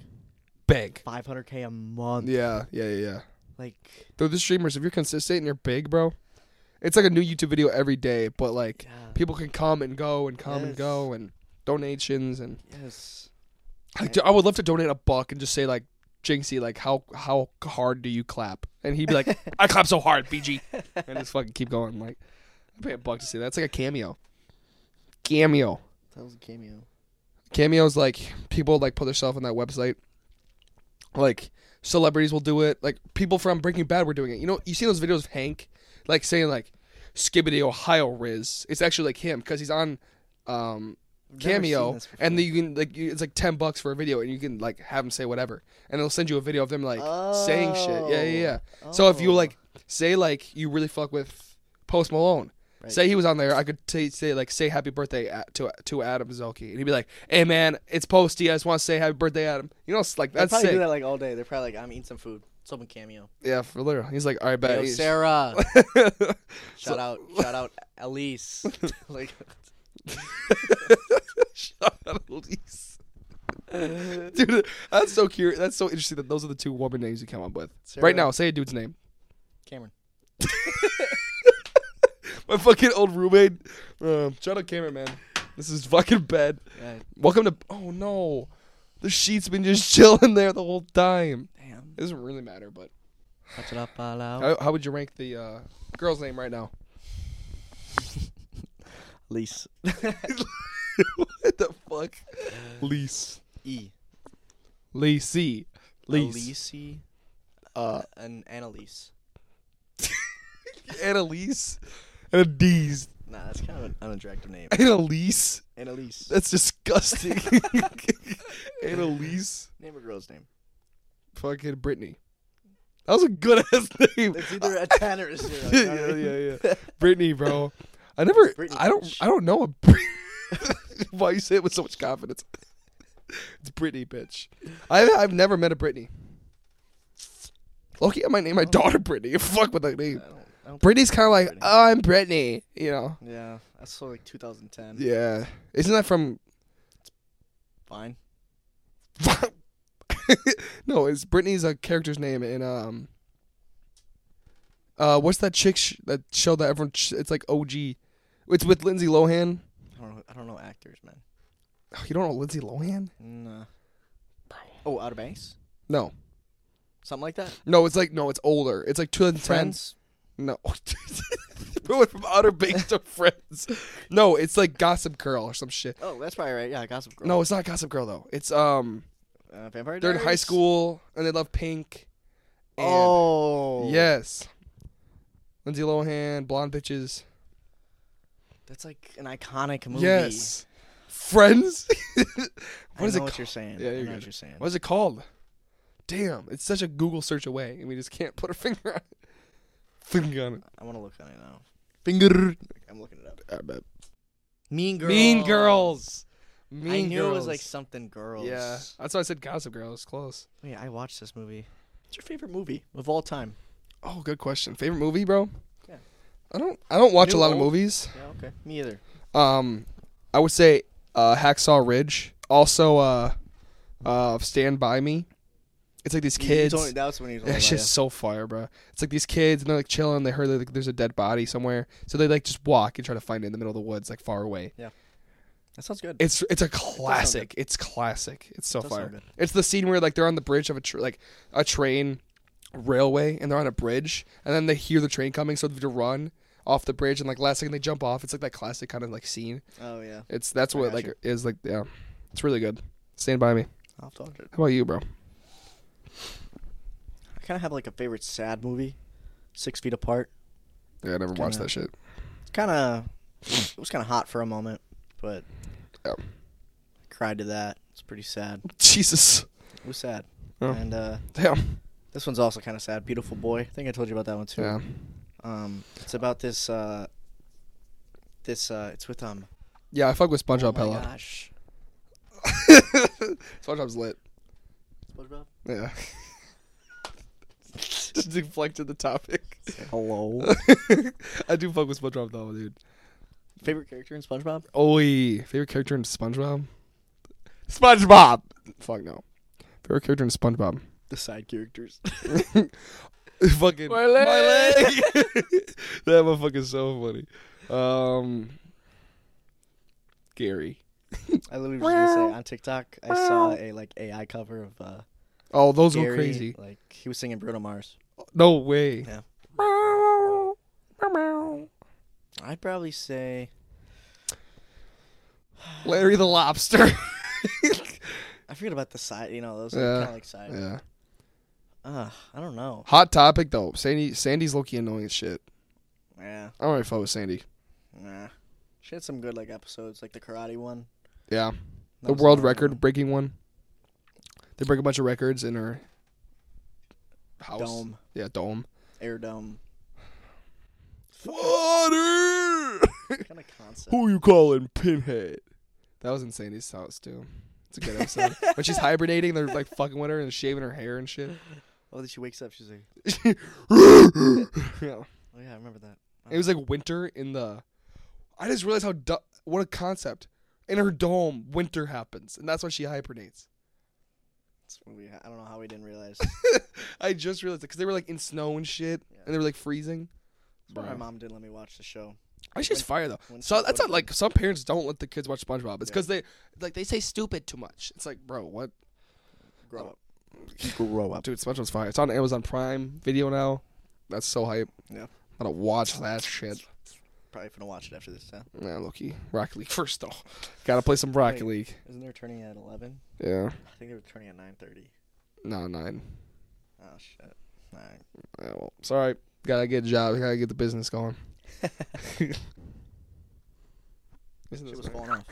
B: Big.
A: 500k a month.
B: Yeah, yeah, yeah, yeah.
A: Like,
B: Though the streamers, if you're consistent and you're big, bro, it's like a new YouTube video every day. But like,
A: Yeah.
B: people can come and go and come and
A: Yes.
B: go and donations and
A: yes,
B: Like, dude, I would love to donate a buck and just say like, Jinxie, like how how hard do you clap? And he'd be like, I clap so hard, BG, and just fucking keep going. Like, I pay a buck to see that. It's like a cameo. Cameo.
A: that was a cameo.
B: Cameos like people like put themselves on that website. Like celebrities will do it. Like people from Breaking Bad were doing it. You know, you see those videos of Hank, like saying like, Skibbity Ohio Riz. It's actually like him because he's on, um,
A: seen
B: cameo,
A: this before.
B: and then you can like you, it's like ten bucks for a video, and you can like have them say whatever, and they'll send you a video of them like saying shit. Yeah, yeah, yeah. So if you
A: Oh.
B: like say like you really fuck with Post Malone. Say he was on there, I could t- say like say happy birthday at, to to Adam Zelke, and he'd be like, "Hey man, it's Posty. I just want to say happy birthday, Adam." You know, it's like
A: They
B: that's
A: probably
B: sick.
A: do that like all day. They're probably like, I'm eating some food. Someone cameo.
B: Yeah, for literal. Uh, He's like, "All right, bet."
A: Yo, Sarah. Shout out, shout out, Elise. like,
B: Shout out Elise. Dude, that's so curious. That's so interesting that those are the two woman names you come up with.
A: Sarah.
B: Right now, say a dude's name.
A: Cameron.
B: My fucking old roommate. Uh, shout out Cameron, man. This is fucking bad.
A: Yeah.
B: Welcome to. Oh no, the sheet's been just chilling there the whole time.
A: Damn.
B: It doesn't really matter, but
A: Watch it up all out.
B: how, how would you rank the uh, girl's name right now?
A: Elise.
B: what the fuck? Lise.
A: E.
B: Lise. Lise.
A: Elise. Uh, an Annalise.
B: Annalise. And a D's.
A: Nah, that's kind of an unattractive name.
B: Annalise.
A: Annalise.
B: That's disgusting. Annalise.
A: Name a girl's name.
B: Fucking Brittany. That was a good ass name.
A: It's either a ten or a zero. you know what I
B: yeah,
A: mean?
B: yeah, yeah. Brittany, bro. I never.
A: Britney
B: I don't.
A: bitch.
B: I don't know. A Brit- Why you say it with so much confidence? it's Brittany, bitch. I I've never met a Brittany. Loki, I might name my daughter Brittany. Fuck with that name.
A: I don't, I don't
B: Brittany's kind of like,
A: Oh. Britney.
B: oh, I'm Brittany. You know.
A: yeah, that's so like 2010.
B: Yeah. Isn't that from?
A: Fine.
B: no, it's Brittany's a character's name in um. Uh, what's that chick sh- that show that everyone? Sh- it's like OG. It's with Lindsay Lohan.
A: I don't know. I don't know actors, man.
B: Oh, you don't know Lindsay Lohan?
A: Nah. Oh, Outer Banks.
B: No.
A: something like that.
B: No, it's like no, it's older. It's like 2010.
A: Friends?
B: No. we went from Outer Banks to Friends. No, it's like Gossip Girl or some shit.
A: Oh, that's probably right. Yeah, Gossip Girl.
B: No, it's not Gossip Girl though. It's um,
A: uh, Vampire
B: they're in high
A: Diaries?
B: school and they love pink. and-
A: Oh,
B: Yes. Lindsay Lohan, blonde bitches.
A: That's like an iconic movie.
B: Yes. Friends.
A: I
B: what is
A: know
B: it?
A: what
B: ca-
A: you're saying.
B: Yeah,
A: I
B: you're
A: know what
B: good.
A: you're saying.
B: What is it called? Damn, it's such a Google search away, and we just can't put our finger on it. Finger on it.
A: I want to look on it now. Finger. I'm looking it up.
B: I bet.
A: Mean Girls.
B: Mean Girls. Mean
A: I knew it was like
B: Girls.
A: something girls.
B: Yeah, that's why I said Gossip Girl. It's close.
A: Wait, I watched this movie. What's your favorite movie of all time?
B: Oh, good question. Favorite movie, bro?
A: Yeah.
B: I don't. I don't watch
A: New,
B: a lot of
A: old?
B: movies.
A: Yeah, okay. Me either.
B: Um, I would say uh, Hacksaw Ridge. Also, uh, uh, Stand by Me. It's like these kids.
A: Only, that was when he was
B: That
A: older,
B: shit's so fire, bro. It's like these kids and they're like chilling. They heard like there's a dead body somewhere, so they like just walk and try to find it in the middle of the woods, like far away.
A: yeah. That sounds good.
B: It's it's a classic. it's classic. It's so
A: does sound
B: fire.
A: good.
B: It's the scene where like they're on the bridge of a tr like a train railway and they're on a bridge and then they hear the train coming, so they have to run off the bridge and like last second they jump off. It's like that classic kind of like scene.
A: oh yeah.
B: It's that's what
A: got
B: like
A: you.
B: is like yeah. It's really good. Stand by me.
A: I'll talk to it.
B: How about you, bro?
A: I kind of have like a favorite sad movie, Six Feet Apart.
B: Yeah, I never
A: Kinda-
B: watched that shit.
A: It's kind of it was kind of hot for a moment, but
B: Yeah.
A: I cried to that. It's pretty sad.
B: Jesus.
A: It was sad.
B: Oh.
A: And uh,
B: Damn.
A: this one's also kind of sad. Beautiful Boy. I think I told you about that one too.
B: Yeah.
A: Um, it's about this. Uh, this uh, it's with um.
B: Yeah, I fuck with SpongeBob
A: oh my
B: hella.
A: gosh.
B: SpongeBob's lit.
A: SpongeBob.
B: Yeah. Just deflected the topic.
A: Hello.
B: I do fuck with SpongeBob though, dude.
A: favorite character in SpongeBob?
B: Oi, favorite character in SpongeBob? SpongeBob. Fuck no. Favorite character in SpongeBob?
A: The side characters.
B: Fucking my leg. that motherfucker's so funny. Um, Gary.
A: I literally was just gonna say on TikTok I saw a like AI cover of uh
B: Oh, those
A: Gary,
B: go crazy.
A: Like he was singing Bruno Mars.
B: No way.
A: Yeah. I'd probably say
B: Larry the Lobster.
A: I forget about the side you know, those
B: Yeah,
A: are kinda like side
B: yeah.
A: uh I don't know.
B: Hot topic though. Sandy. Sandy's low-key annoying as shit.
A: Yeah.
B: I don't really fuck with Sandy.
A: Nah. She had some good like episodes, like the karate one.
B: Yeah.
A: That
B: the
A: was
B: world
A: another
B: record
A: one.
B: breaking one. They break a bunch of records in her house.
A: Dome.
B: Yeah, dome.
A: Air dome.
B: Water.
A: Kind of concept.
B: Who you calling Pinhead? That was in Sandy's house too. It's a good episode. when she's hibernating, they're like fucking with her and shaving her hair and shit.
A: Oh, then she wakes up, she's like,
B: yeah.
A: Oh yeah, I remember that.
B: It was like winter in the. I just realized how du- what a concept. In her dome, winter happens, and that's why she hibernates.
A: This movie, I don't know how we didn't realize.
B: I just realized it because they were like in snow and shit, and they were like freezing.
A: That's why my
B: Bruh.
A: mom didn't let me watch the show.
B: That shit's fire though.
A: when
B: So
A: she
B: that's
A: would-
B: not like some parents don't let the kids watch SpongeBob. It's because they like they say stupid too much. It's like, bro, what,
A: Grow up.
E: Grow up.
B: dude? SpongeBob's fire. It's on Amazon Prime Video now. That's so hype.
A: Yeah.
B: I'm gonna watch that shit.
A: Probably gonna watch it after this time.
B: Nah, Loki. Rocket League first though. Gotta play some Rocket
A: Wait.
B: League.
A: Isn't there turning at eleven?
B: Yeah.
A: I think they were turning at nine thirty.
B: No nine.
A: Oh shit. All right.
B: Yeah, well, sorry. Gotta get a job. Gotta get the business going. Isn't
A: Shit
B: this
A: was
B: nice?
A: falling off.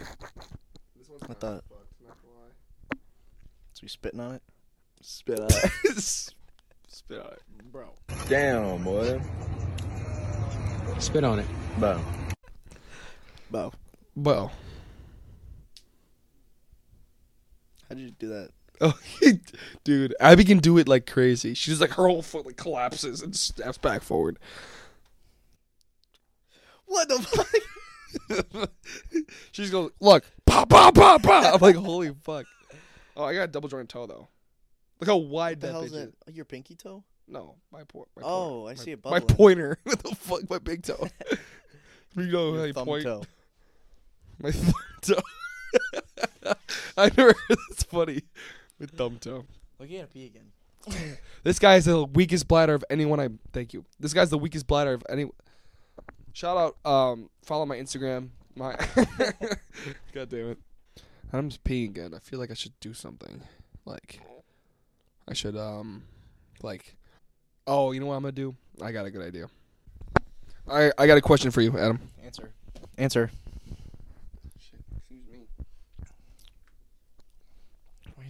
A: What the? So you spitting on it? Spit on it.
B: Spit out, it, bro.
D: Damn, boy.
H: Spit on it.
D: Bro.
A: Bo,
B: Well.
A: how did you do that?
B: Oh, dude, Abby can do it like crazy. She's just, like her whole foot like collapses and steps back forward.
A: What the fuck?
B: She's going, look, pop, pop, pop, pop. I'm like, holy fuck. Oh, I got a double jointed toe though. Look how wide
A: the
B: that
A: hell's
B: bitch is.
A: that? Oh, your pinky toe?
B: No, my point. My
A: Oh,
B: pointer.
A: I
B: My-
A: see it
B: My
A: bubbling.
B: pointer. what the fuck? My big toe. you know how
A: Your
B: you
A: thumb
B: point.
A: toe.
B: My thumb toe. I never. That's funny. My thumb toe.
A: Look, you gotta pee again.
B: This guy is the weakest bladder of anyone I thank you. This guy's the weakest bladder of any Shout out um follow my Instagram. My God damn it. I'm just peeing again. I feel like I should do something. Like I should um like Oh, you know what I'm gonna do? I got a good idea. I I got a question for you, Adam.
A: Answer. Answer.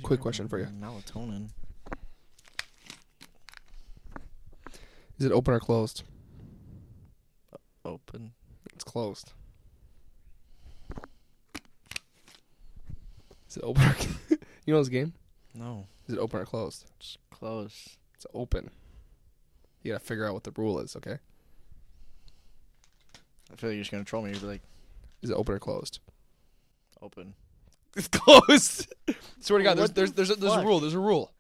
B: Quick question for you.
A: Melatonin.
B: Is it open or closed?
A: Open.
B: It's closed. Is it open or You know this game?
A: No.
B: Is it open or closed?
A: It's close.
B: It's open. You gotta figure out what the rule is, okay?
A: I feel like you're just gonna troll me. You'd be like,
B: Is it open or closed?
A: open.
B: It's closed. Swear to God, there's
A: What the
B: there's there's a, there's a
A: fuck?
B: rule. There's a rule.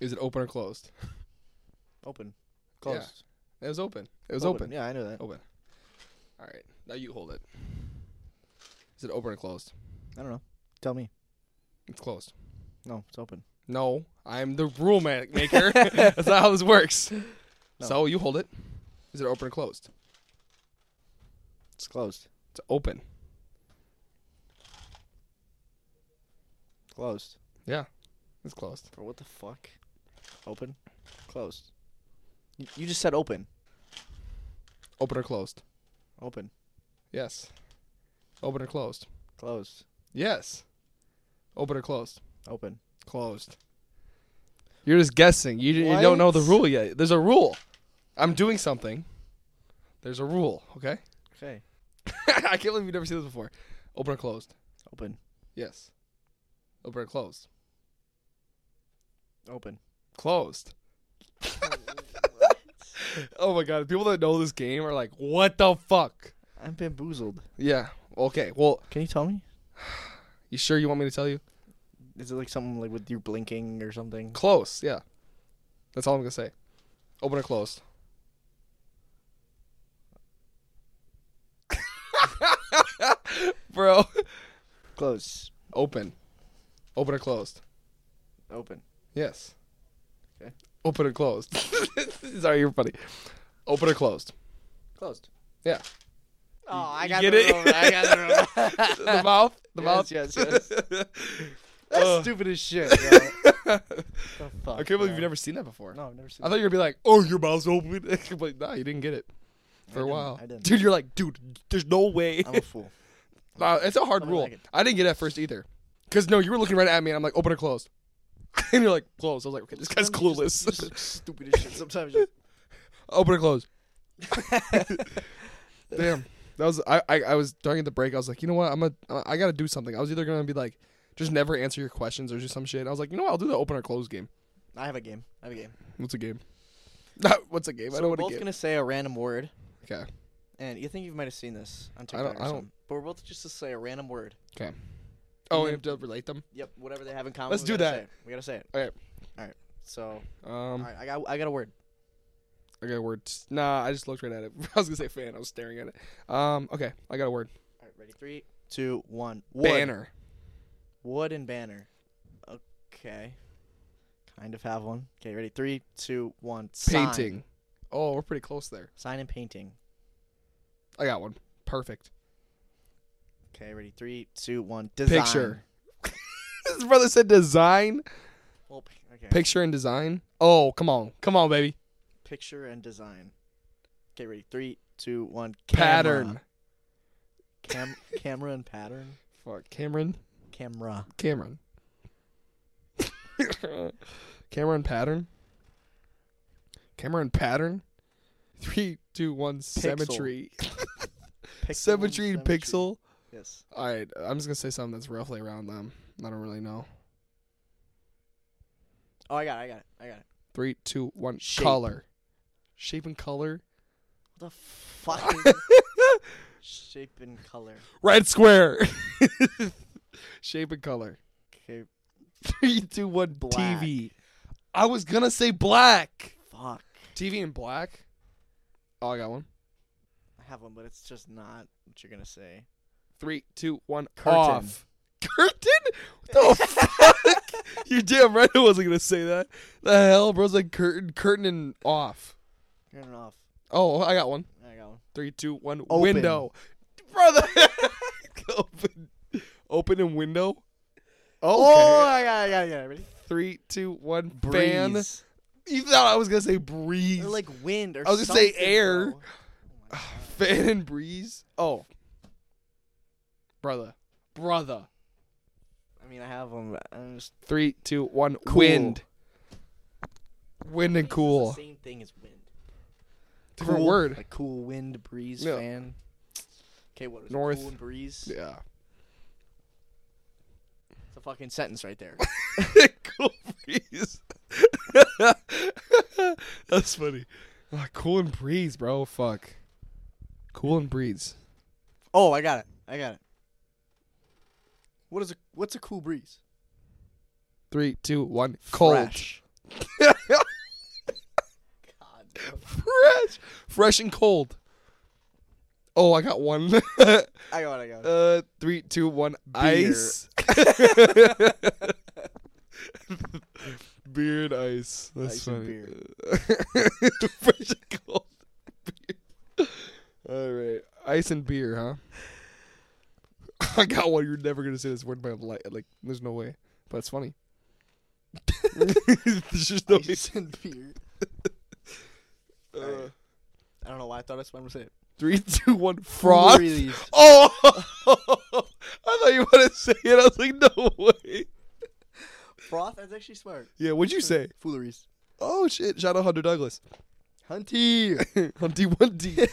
B: Is it open or closed?
A: Open. Closed.
B: It was open. It was open.
A: Yeah, I know that.
B: Open. All right. Now you hold it. Is it open or closed?
A: I don't know. Tell me.
B: It's closed.
A: No, it's open.
B: No, I'm the rule ma- maker. That's not how this works. So you hold it. Is it open or closed?
A: It's closed.
B: It's open.
A: Closed.
B: Yeah. It's closed.
A: Bro, what the fuck? Open. Closed. You, you just said open.
B: Open or closed?
A: Open.
B: Yes. Open or closed?
A: Closed.
B: Yes. Open or closed?
A: Open.
B: Closed. You're just guessing. You, you don't know the
A: What?
B: rule yet. There's a rule. I'm doing something. There's a rule, okay?
A: Okay.
B: I can't believe you've never seen this before. Open or closed?
A: Open.
B: Yes. Open or closed?
A: Open.
B: Closed. oh my god. People that know this game are like, what the fuck?
A: I'm bamboozled.
B: Yeah. Okay. Well,
A: Can you tell me?
B: you sure you want me to tell you?
A: Is it like something like with you blinking or something?
B: Close, yeah. That's all I'm gonna say. Open or closed. Bro.
A: Close.
B: Open. Open or closed.
A: Open.
B: Yes.
A: Okay.
B: Open or closed. Sorry, you're funny. Open or closed.
A: Closed.
B: Yeah.
A: Oh, I got
B: got get
A: it.
B: the it? rule. I
A: I got it.
B: The mouth. The mouth.
A: Yes, yes, That's
B: Ugh.
A: stupid as shit. Bro. the fuck,
B: I can't believe you've never seen that before.
A: No, I've never seen.
B: I thought you were gonna be like, "Oh, your mouth's open," but nah, you didn't get it for a
A: didn't,
B: while,
A: I didn't.
B: dude. You're like, dude, there's no way.
A: I'm a fool.
B: Nah, it's a hard
A: I
B: rule.
A: like it.
B: I didn't get it at first either, because no, you were looking right at me, and I'm like, open or closed, and you're like, closed. I was like, okay, this guy's clueless.
A: stupid as shit. Sometimes. you-
B: open or closed. Damn, that was I, I. I was during the break. I was like, you know what? I'm a. I gotta do something. I was either gonna be like, just never answer your questions or do some shit. I was like, you know what? I'll do the open or closed game.
A: I have a game. I have a game.
B: What's a game? What's a game? I
A: So
B: don't
A: we're
B: want
A: both
B: to game.
A: gonna say a random word,
B: Okay.
A: and you think you might have seen this on
B: I don't-
A: TikTok or
B: I don't-
A: something. But we're both just to say a random word.
B: Okay. Oh, we have to relate them.
A: Yep, whatever they have in common.
B: Let's
A: we
B: do
A: gotta
B: that.
A: say it. We gotta say it.
B: Okay.
A: All right. So, all
B: Um,
A: right, I got, I got a word.
B: I got a word. Nah, I just looked right at it. I was gonna say fan. I was staring at it. Um, okay, I got a word.
A: All right, ready? Three, two, one. Wood.
B: Banner.
A: Wood and banner. Okay. Kind of have one. Okay, ready? Three, two, one. Sign.
B: Painting. Oh, we're pretty close there.
A: Sign and painting.
B: I got one. Perfect.
A: Okay, ready? Three, two, one. Design.
B: Picture. His brother said design,
A: Well, p- okay.
B: picture, and design. Oh, come on, come on, baby.
A: Picture and design. Okay, ready? Three, two, one.
B: Pattern.
A: Camera. Cam- camera and pattern.
B: Fuck, Cameron.
A: Camera.
B: Cameron. Cameron pattern. Cameron pattern. Three, two, one. Symmetry.
A: Pixel and
B: Symmetry and pixel.
A: Yes.
B: All right, I'm just gonna say something that's roughly around them. I don't really know.
A: Oh, I got it. I got it. I got it.
B: Three, two, one.
A: Shape.
B: Color, shape and color.
A: What the fuck? is- Shape and color.
B: Red square. shape and color.
A: Okay.
B: Three, two, one.
A: Black.
B: TV. I was gonna say black.
A: Fuck.
B: TV and black. Oh, I got one.
A: I have one, but it's just not what you're gonna say.
B: Three, two, one.
A: Curtain.
B: Off. Curtain? What the fuck? You're damn right I wasn't gonna say that. The hell, bro's like curtain, curtain and off.
A: Turn it off.
B: Oh, I got one.
A: There you go.
B: Three, two, one.
A: Open.
B: Window, brother. open, open and window.
A: Oh, I got, it, I got, it, I got it. Ready?
B: Three, two, one. Fan.
A: Breeze.
B: You thought I was gonna say breeze.
A: Or like wind or
B: I was gonna say
A: something,
B: air.
A: bro.
B: Fan and breeze. Oh, brother, brother.
A: I mean, I have them. I'm just
B: Three, two, one. Wind. Wind and
A: the
B: cool.
A: same thing as wind.
B: Different
A: Cool-
B: word.
A: Like cool wind, breeze,
B: Yeah.
A: fan. Okay, what is North.
B: North.
A: cool and breeze?
B: yeah.
A: It's a fucking sentence right there.
B: cool breeze. That's funny. Ah, cool and breeze, bro. Fuck. Cool and breeze.
A: oh, I got it. I got it. What is a what's a cool breeze?
B: Three, two, one. Cold.
A: Fresh. God, bro.
B: Fresh. Fresh and cold. Oh, I got one.
A: I got it. I got it.
B: uh, three, two, one. Ice. beer and ice. That's
A: Ice and
B: funny. Fresh and cold. Beer. All right, ice and beer, huh? I got one. You're never gonna say this word by light. Like, there's no way. But it's funny. there's just no.
A: Ice and beer.
B: Uh,
A: I don't know why I thought that's what I'm gonna say. it.
B: Three, two, one. Frost.
A: breeze.
B: Oh, I thought you wanted to say it. I was like, no way.
A: Froth. That's actually smart.
B: Yeah, what'd you say?
A: Fooleries.
B: Oh shit! Shout out Hunter Douglas.
A: Hunty.
B: Hunty Wunty.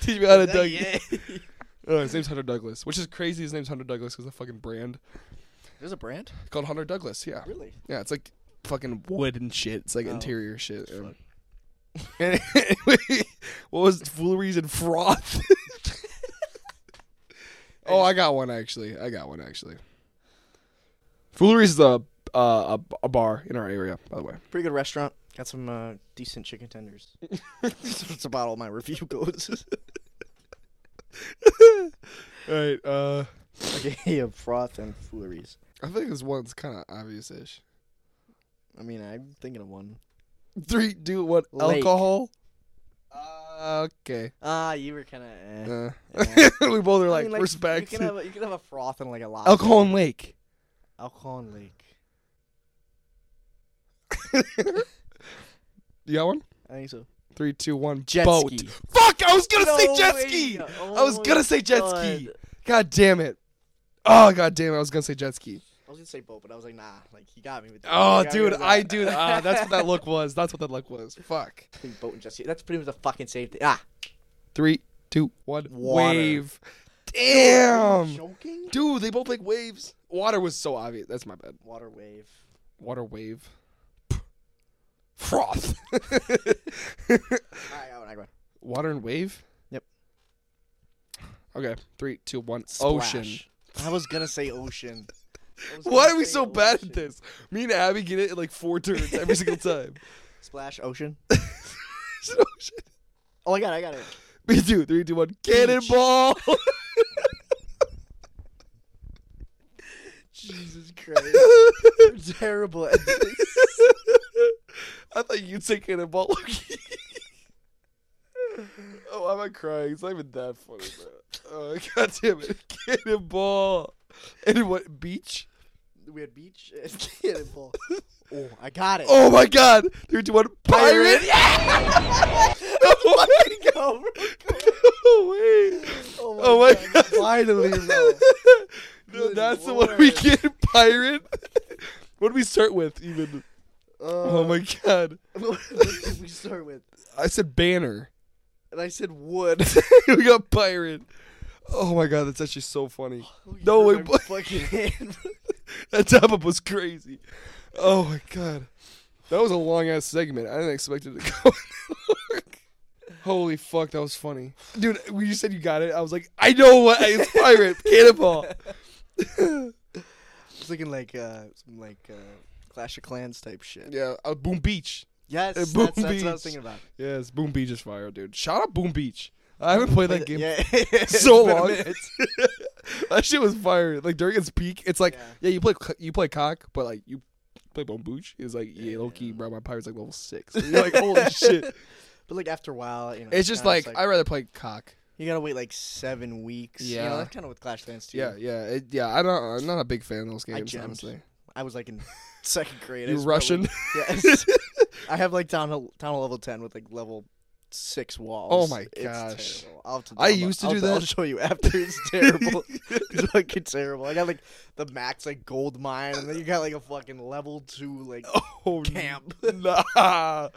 B: Teach me how to Doug. Oh, his name's Hunter Douglas, which is crazy. His name's Hunter Douglas because the fucking brand
A: There's a brand.
B: called Hunter Douglas. Yeah,
A: Really?
B: Yeah, it's like fucking wood and shit. It's like
A: Oh.
B: interior shit. Um, anyway, what was fooleries and froth? oh, I got one actually. I got one actually. Fooleries is a uh, a, a bar in our area, by the way.
A: Pretty good restaurant. Got some uh, decent chicken tenders. That's about all my review goes.
B: All right, uh,
A: okay, yeah, froth and fooleries.
B: I think this one's kind of obvious-ish.
A: I mean, I'm thinking of one.
B: Three, two, one.
A: Lake.
B: Alcohol. Uh, okay.
A: Ah, you were kind of. Eh.
B: Uh,
A: Yeah.
B: we both are
A: I
B: like,
A: mean,
B: respect.
A: You can, have a, you can have a froth and like a lobster.
B: Alcohol and lake.
A: Alcohol and lake.
B: You got one?
A: I think so.
B: Three, two, one.
A: Jet
B: boat.
A: ski.
B: Fuck! I was gonna say
A: No
B: jet
A: way.
B: ski. I
A: Oh
B: was gonna say jet
A: God.
B: ski. God damn it. Oh god damn it! I was gonna say jet ski.
A: I was gonna say boat, but I was like, nah. Like he got me with. that.
B: Oh
A: He got me
B: dude,
A: with
B: I
A: that.
B: dude. Ah, that's what that look was. That's what that look was. Fuck.
A: Between boat and jet ski. That's pretty much the fucking same thing. Ah,
B: Three, two, one.
A: Water.
B: Wave. Damn.
A: joking.
B: Dude, they both like waves. Water was so obvious. That's my bad.
A: Water wave.
B: Water wave. Froth.
A: All right, I got one, I got one.
B: Water and wave.
A: Yep.
B: Okay. Three, two, one. Ocean.
A: Splash. I was gonna say ocean. I was
B: Why
A: gonna
B: are we
A: say
B: so bad
A: ocean.
B: at this? Me and Abby get it in like four turns every single time.
A: Splash ocean.
B: It's an ocean.
A: Oh, I got it, I got it.
B: Me too. Three, two, one. Cannonball.
A: Jesus Christ. You're terrible at this.
B: I thought you'd say cannonball. Loki. oh, I'm not crying. It's not even that funny, bro. Oh, God damn it. Cannonball. And what? Beach?
A: We had beach and cannonball. Oh, I got it.
B: Oh, my God. Three, two, one. Pirate.
A: Pirate.
B: oh, my God.
A: Oh,
B: No way.
A: oh my,
B: Oh, my
A: God.
B: God.
A: Finally, bro.
B: No,
A: Good
B: that's the one we
A: lord.
B: get. Pirate. what did we start with, even?
A: Uh,
B: oh, my God.
A: what did we start with?
B: I said banner.
A: And I said wood.
B: we got pirate. Oh my god, that's actually so funny. No,
A: You
B: it
A: hurt my
B: wa-
A: fucking hand. bro.
B: That top up was crazy. Oh my god, that was a long ass segment. I didn't expect it to go. Holy fuck, that was funny, dude. When you said you got it, I was like, I know what it's pirate cannonball.
A: I was looking like uh, some like uh, Clash of Clans type shit.
B: Yeah, uh, Boom Beach.
A: Yes,
B: At
A: that's,
B: Boom
A: that's what I
B: Beach.
A: was thinking about.
B: Yes, Boom Beach is fire, dude. Shout out Boom Beach. I haven't played that game
A: Yeah,
B: so
A: It's been a
B: long.
A: minute.
B: that shit was fire. Like during its peak, it's like yeah,
A: Yeah.
B: you play c- you play cock, but like you play bombooch. It's like yeah, low key, bro. My pirate's like level six. And you're like holy shit.
A: But like after a while, you know,
B: It's just
A: kinda
B: like, I'd rather play cock.
A: you gotta wait like seven weeks. you
B: Yeah.
A: know, that's kind of with Clash of Clans too.
B: Yeah, yeah, it, yeah. I don't. I'm not a big fan of those
A: I
B: games.
A: gemmed.
B: honestly,
A: I was like in second grade. I
B: you
A: was probably-
B: Russian.
A: Yes. I have like down to, down to level ten with like level six walls.
B: Oh my
A: It's
B: gosh.
A: terrible. I'll have to,
B: I
A: download-
B: used to
A: I'll
B: do
A: have I'll
B: that.
A: show you after. It's terrible. it's fucking terrible. I got like the max like gold mine, and then you got like a fucking level two like
B: oh,
A: camp.
B: Nah.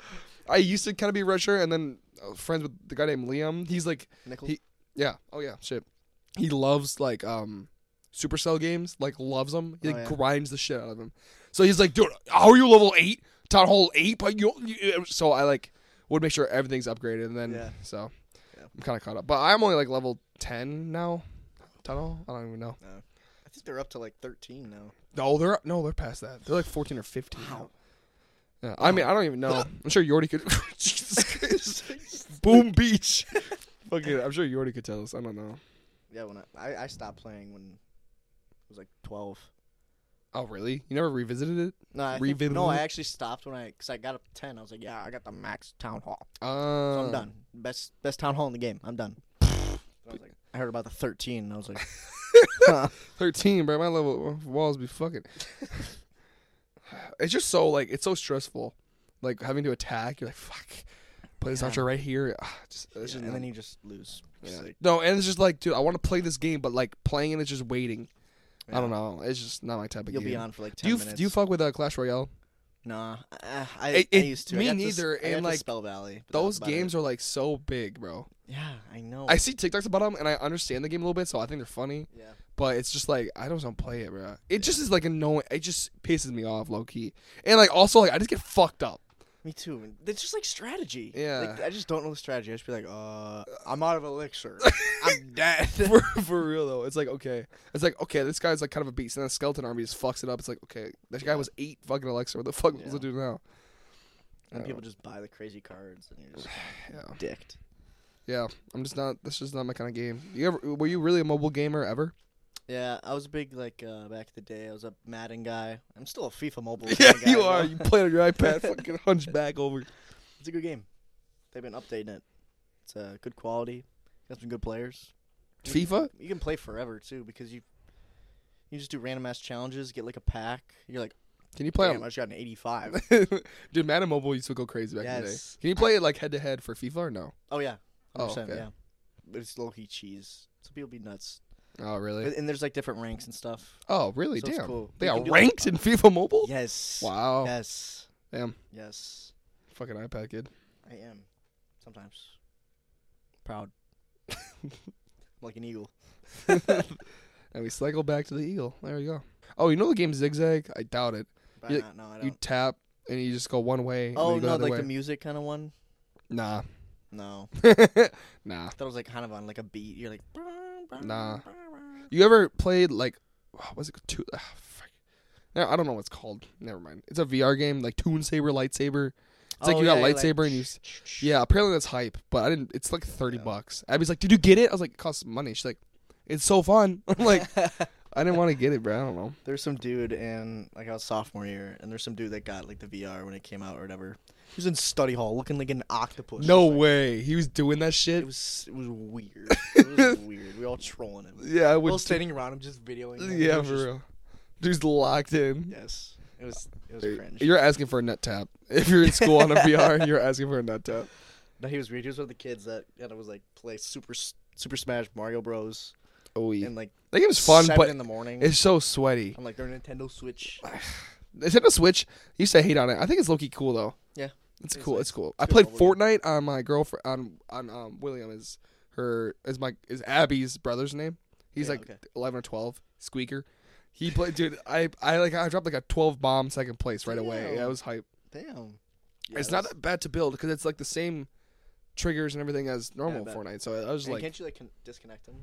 B: I used to kind of be rusher, and then uh, friends with the guy named Liam. He's like,
A: Nichols?
B: he, yeah, oh yeah, shit. He loves like um, Supercell games. Like loves them. He
A: Oh,
B: like,
A: yeah.
B: grinds the shit out of them. So he's like, dude, how are you level eight? Town Hall eight, but you. you-" So I like would make sure everything's upgraded, and then
A: Yeah.
B: so
A: Yeah.
B: I'm kind of caught up. But I'm only like level ten now. Tunnel? I don't even know.
A: I think they're up to like thirteen now.
B: No, they're no, they're past that. They're like fourteen or fifteen. Yeah, I mean, I don't even know. I'm sure Yordi could. Jesus Christ. Boom Beach. Fucking, I'm sure Yordi could tell us. I don't know.
A: Yeah, when I, I I stopped playing when I was like twelve.
B: Oh, really? You never revisited it?
A: No, I think-
B: Revisit
A: no, I
B: it?
A: actually stopped when I because I got up to ten. I was like, yeah, I got the max town hall.
B: Uh,
A: So I'm done. Best best town hall in the game. I'm done. I, was like, I heard about the thirteen, and I was like, huh.
B: Thirteen, bro. My level walls be fucking. it's just so like it's so stressful, like having to attack. You're like, fuck. Play this archer right here. Ah, just, it's just
A: and
B: not-
A: then you just lose. It's
B: Yeah.
A: like-
B: No, and it's just like, dude, I want to play this game, but like playing it is just waiting. I don't know. It's just not my type of
A: You'll
B: game.
A: be on for like
B: do
A: ten
B: you
A: minutes.
B: do you fuck with uh, Clash Royale?
A: Nah, I, I,
B: It-
A: I
B: it-
A: used to. I
B: me
A: got to
B: neither,
A: s- I
B: and,
A: got to
B: like,
A: Spell Valley. but that was
B: Those
A: about it.
B: games are like so big, bro.
A: Yeah, I know.
B: I see TikToks about them, and I understand the game a little bit, so I think they're funny.
A: Yeah.
B: But it's just like I don't, don't play it, bro. It just is like annoying. It just pisses me off, low key. And like also like I just get fucked up.
A: Me too. and It's just like strategy.
B: Yeah.
A: Like, I just don't know the strategy. I just be like, uh, I'm out of elixir. I'm dead.
B: for, for real though, it's like okay, it's like okay, this guy's like kind of a beast, and the skeleton army just fucks it up. It's like okay, this guy was eight fucking elixir. What the fuck does it do now?
A: and people just buy the crazy cards, and you're just
B: Oh. Yeah.
A: dicked.
B: Yeah, I'm just not. That's just not my kind of game. You ever were you really a mobile gamer ever?
A: Yeah, I was a big like uh, back in the day. I was a Madden guy. I'm still a FIFA mobile.
B: Yeah,
A: kind of guy,
B: you
A: though.
B: are. You play on your iPad, fucking hunchback over.
A: It's a good game. They've been updating it. It's uh, good quality. Got some good players.
B: FIFA?
A: You can play forever too because you you just do random ass challenges, get like a pack. You're like,
B: Can you play
A: damn, I
B: on?
A: just got an 85.
B: Dude, Madden Mobile used to go crazy back in the day.
A: Yes.
B: Can you play it like head to head for FIFA or no?
A: oh yeah, 100%,
B: Oh, okay.
A: yeah. But it's low key cheese. So people be nuts.
B: Oh really?
A: And and there's like different ranks and stuff.
B: Oh really?
A: So it's
B: Damn.
A: cool.
B: They
A: You
B: are
A: can do, like,
B: ranked in FIFA Mobile.
A: Yes.
B: Wow.
A: Yes.
B: Damn.
A: Yes.
B: Fucking iPad kid.
A: I am. Sometimes. Proud. I'm like an eagle.
B: And we cycle back to the eagle. There we go. Oh, you know the game Zigzag? I doubt it.
A: But
B: You-
A: not, no, I
B: You
A: don't.
B: tap and you just go one way. and then
A: Oh
B: you go
A: no,
B: other
A: like
B: way.
A: the music kind of one.
B: Nah.
A: No,
B: nah.
A: that was like kind of on like a beat. You're like,
B: Nah. You ever played like what was it two ah, frick. No, I don't know what it's called. Never mind. It's a VR game like Toon Saber lightsaber. It's like
A: Oh,
B: you got
A: yeah,
B: a
A: you're like,
B: lightsaber and you s- Yeah, apparently that's hype, but I didn't it's like 30 bucks. Abby's like, "Did you get it?" I was like, "It costs money." She's like, "It's so fun." I'm like, "I didn't want to get it, bro. I don't know."
A: there's some dude in like I was sophomore year, and there's some dude that got like the VR when it came out or whatever. He was in study hall looking like an octopus.
B: No way. He was doing that shit.
A: it was it was weird. it was weird. We all trolling him.
B: yeah, I
A: we
B: would
A: all standing around him just videoing. Him. It
B: Yeah,
A: was
B: for
A: just-
B: real. Dude's locked in.
A: Yes, it was it was cringe.
B: You're asking for a nut tap. If you're in school on a VR, you're asking for a nut tap.
A: No, he was weird. He was one of the kids that that was like play Super S- Super Smash Mario Bros.
B: Oh, yeah.
A: and like
B: That game's fun,
A: seven
B: but
A: in the morning.
B: it's so sweaty.
A: on like their Nintendo Switch.
B: Nintendo Switch used to hate on it. I think it's low key cool though.
A: Yeah.
B: It's
A: It's
B: cool.
A: nice.
B: It's cool.
A: It's
B: I
A: good
B: played
A: mobile
B: Fortnite on my girlfriend on on um, William is her is my is Abby's brother's name. He's
A: Yeah,
B: like
A: okay.
B: eleven or twelve. Squeaker. He played, dude. I I like I dropped like a twelve bomb second place right away.
A: Damn.
B: Yeah, I was hype.
A: Damn.
B: it's not that bad to build because it's like the same triggers and everything as normal
A: bet.
B: Fortnite. So I was just
A: And
B: like,
A: can't you like con- disconnect them?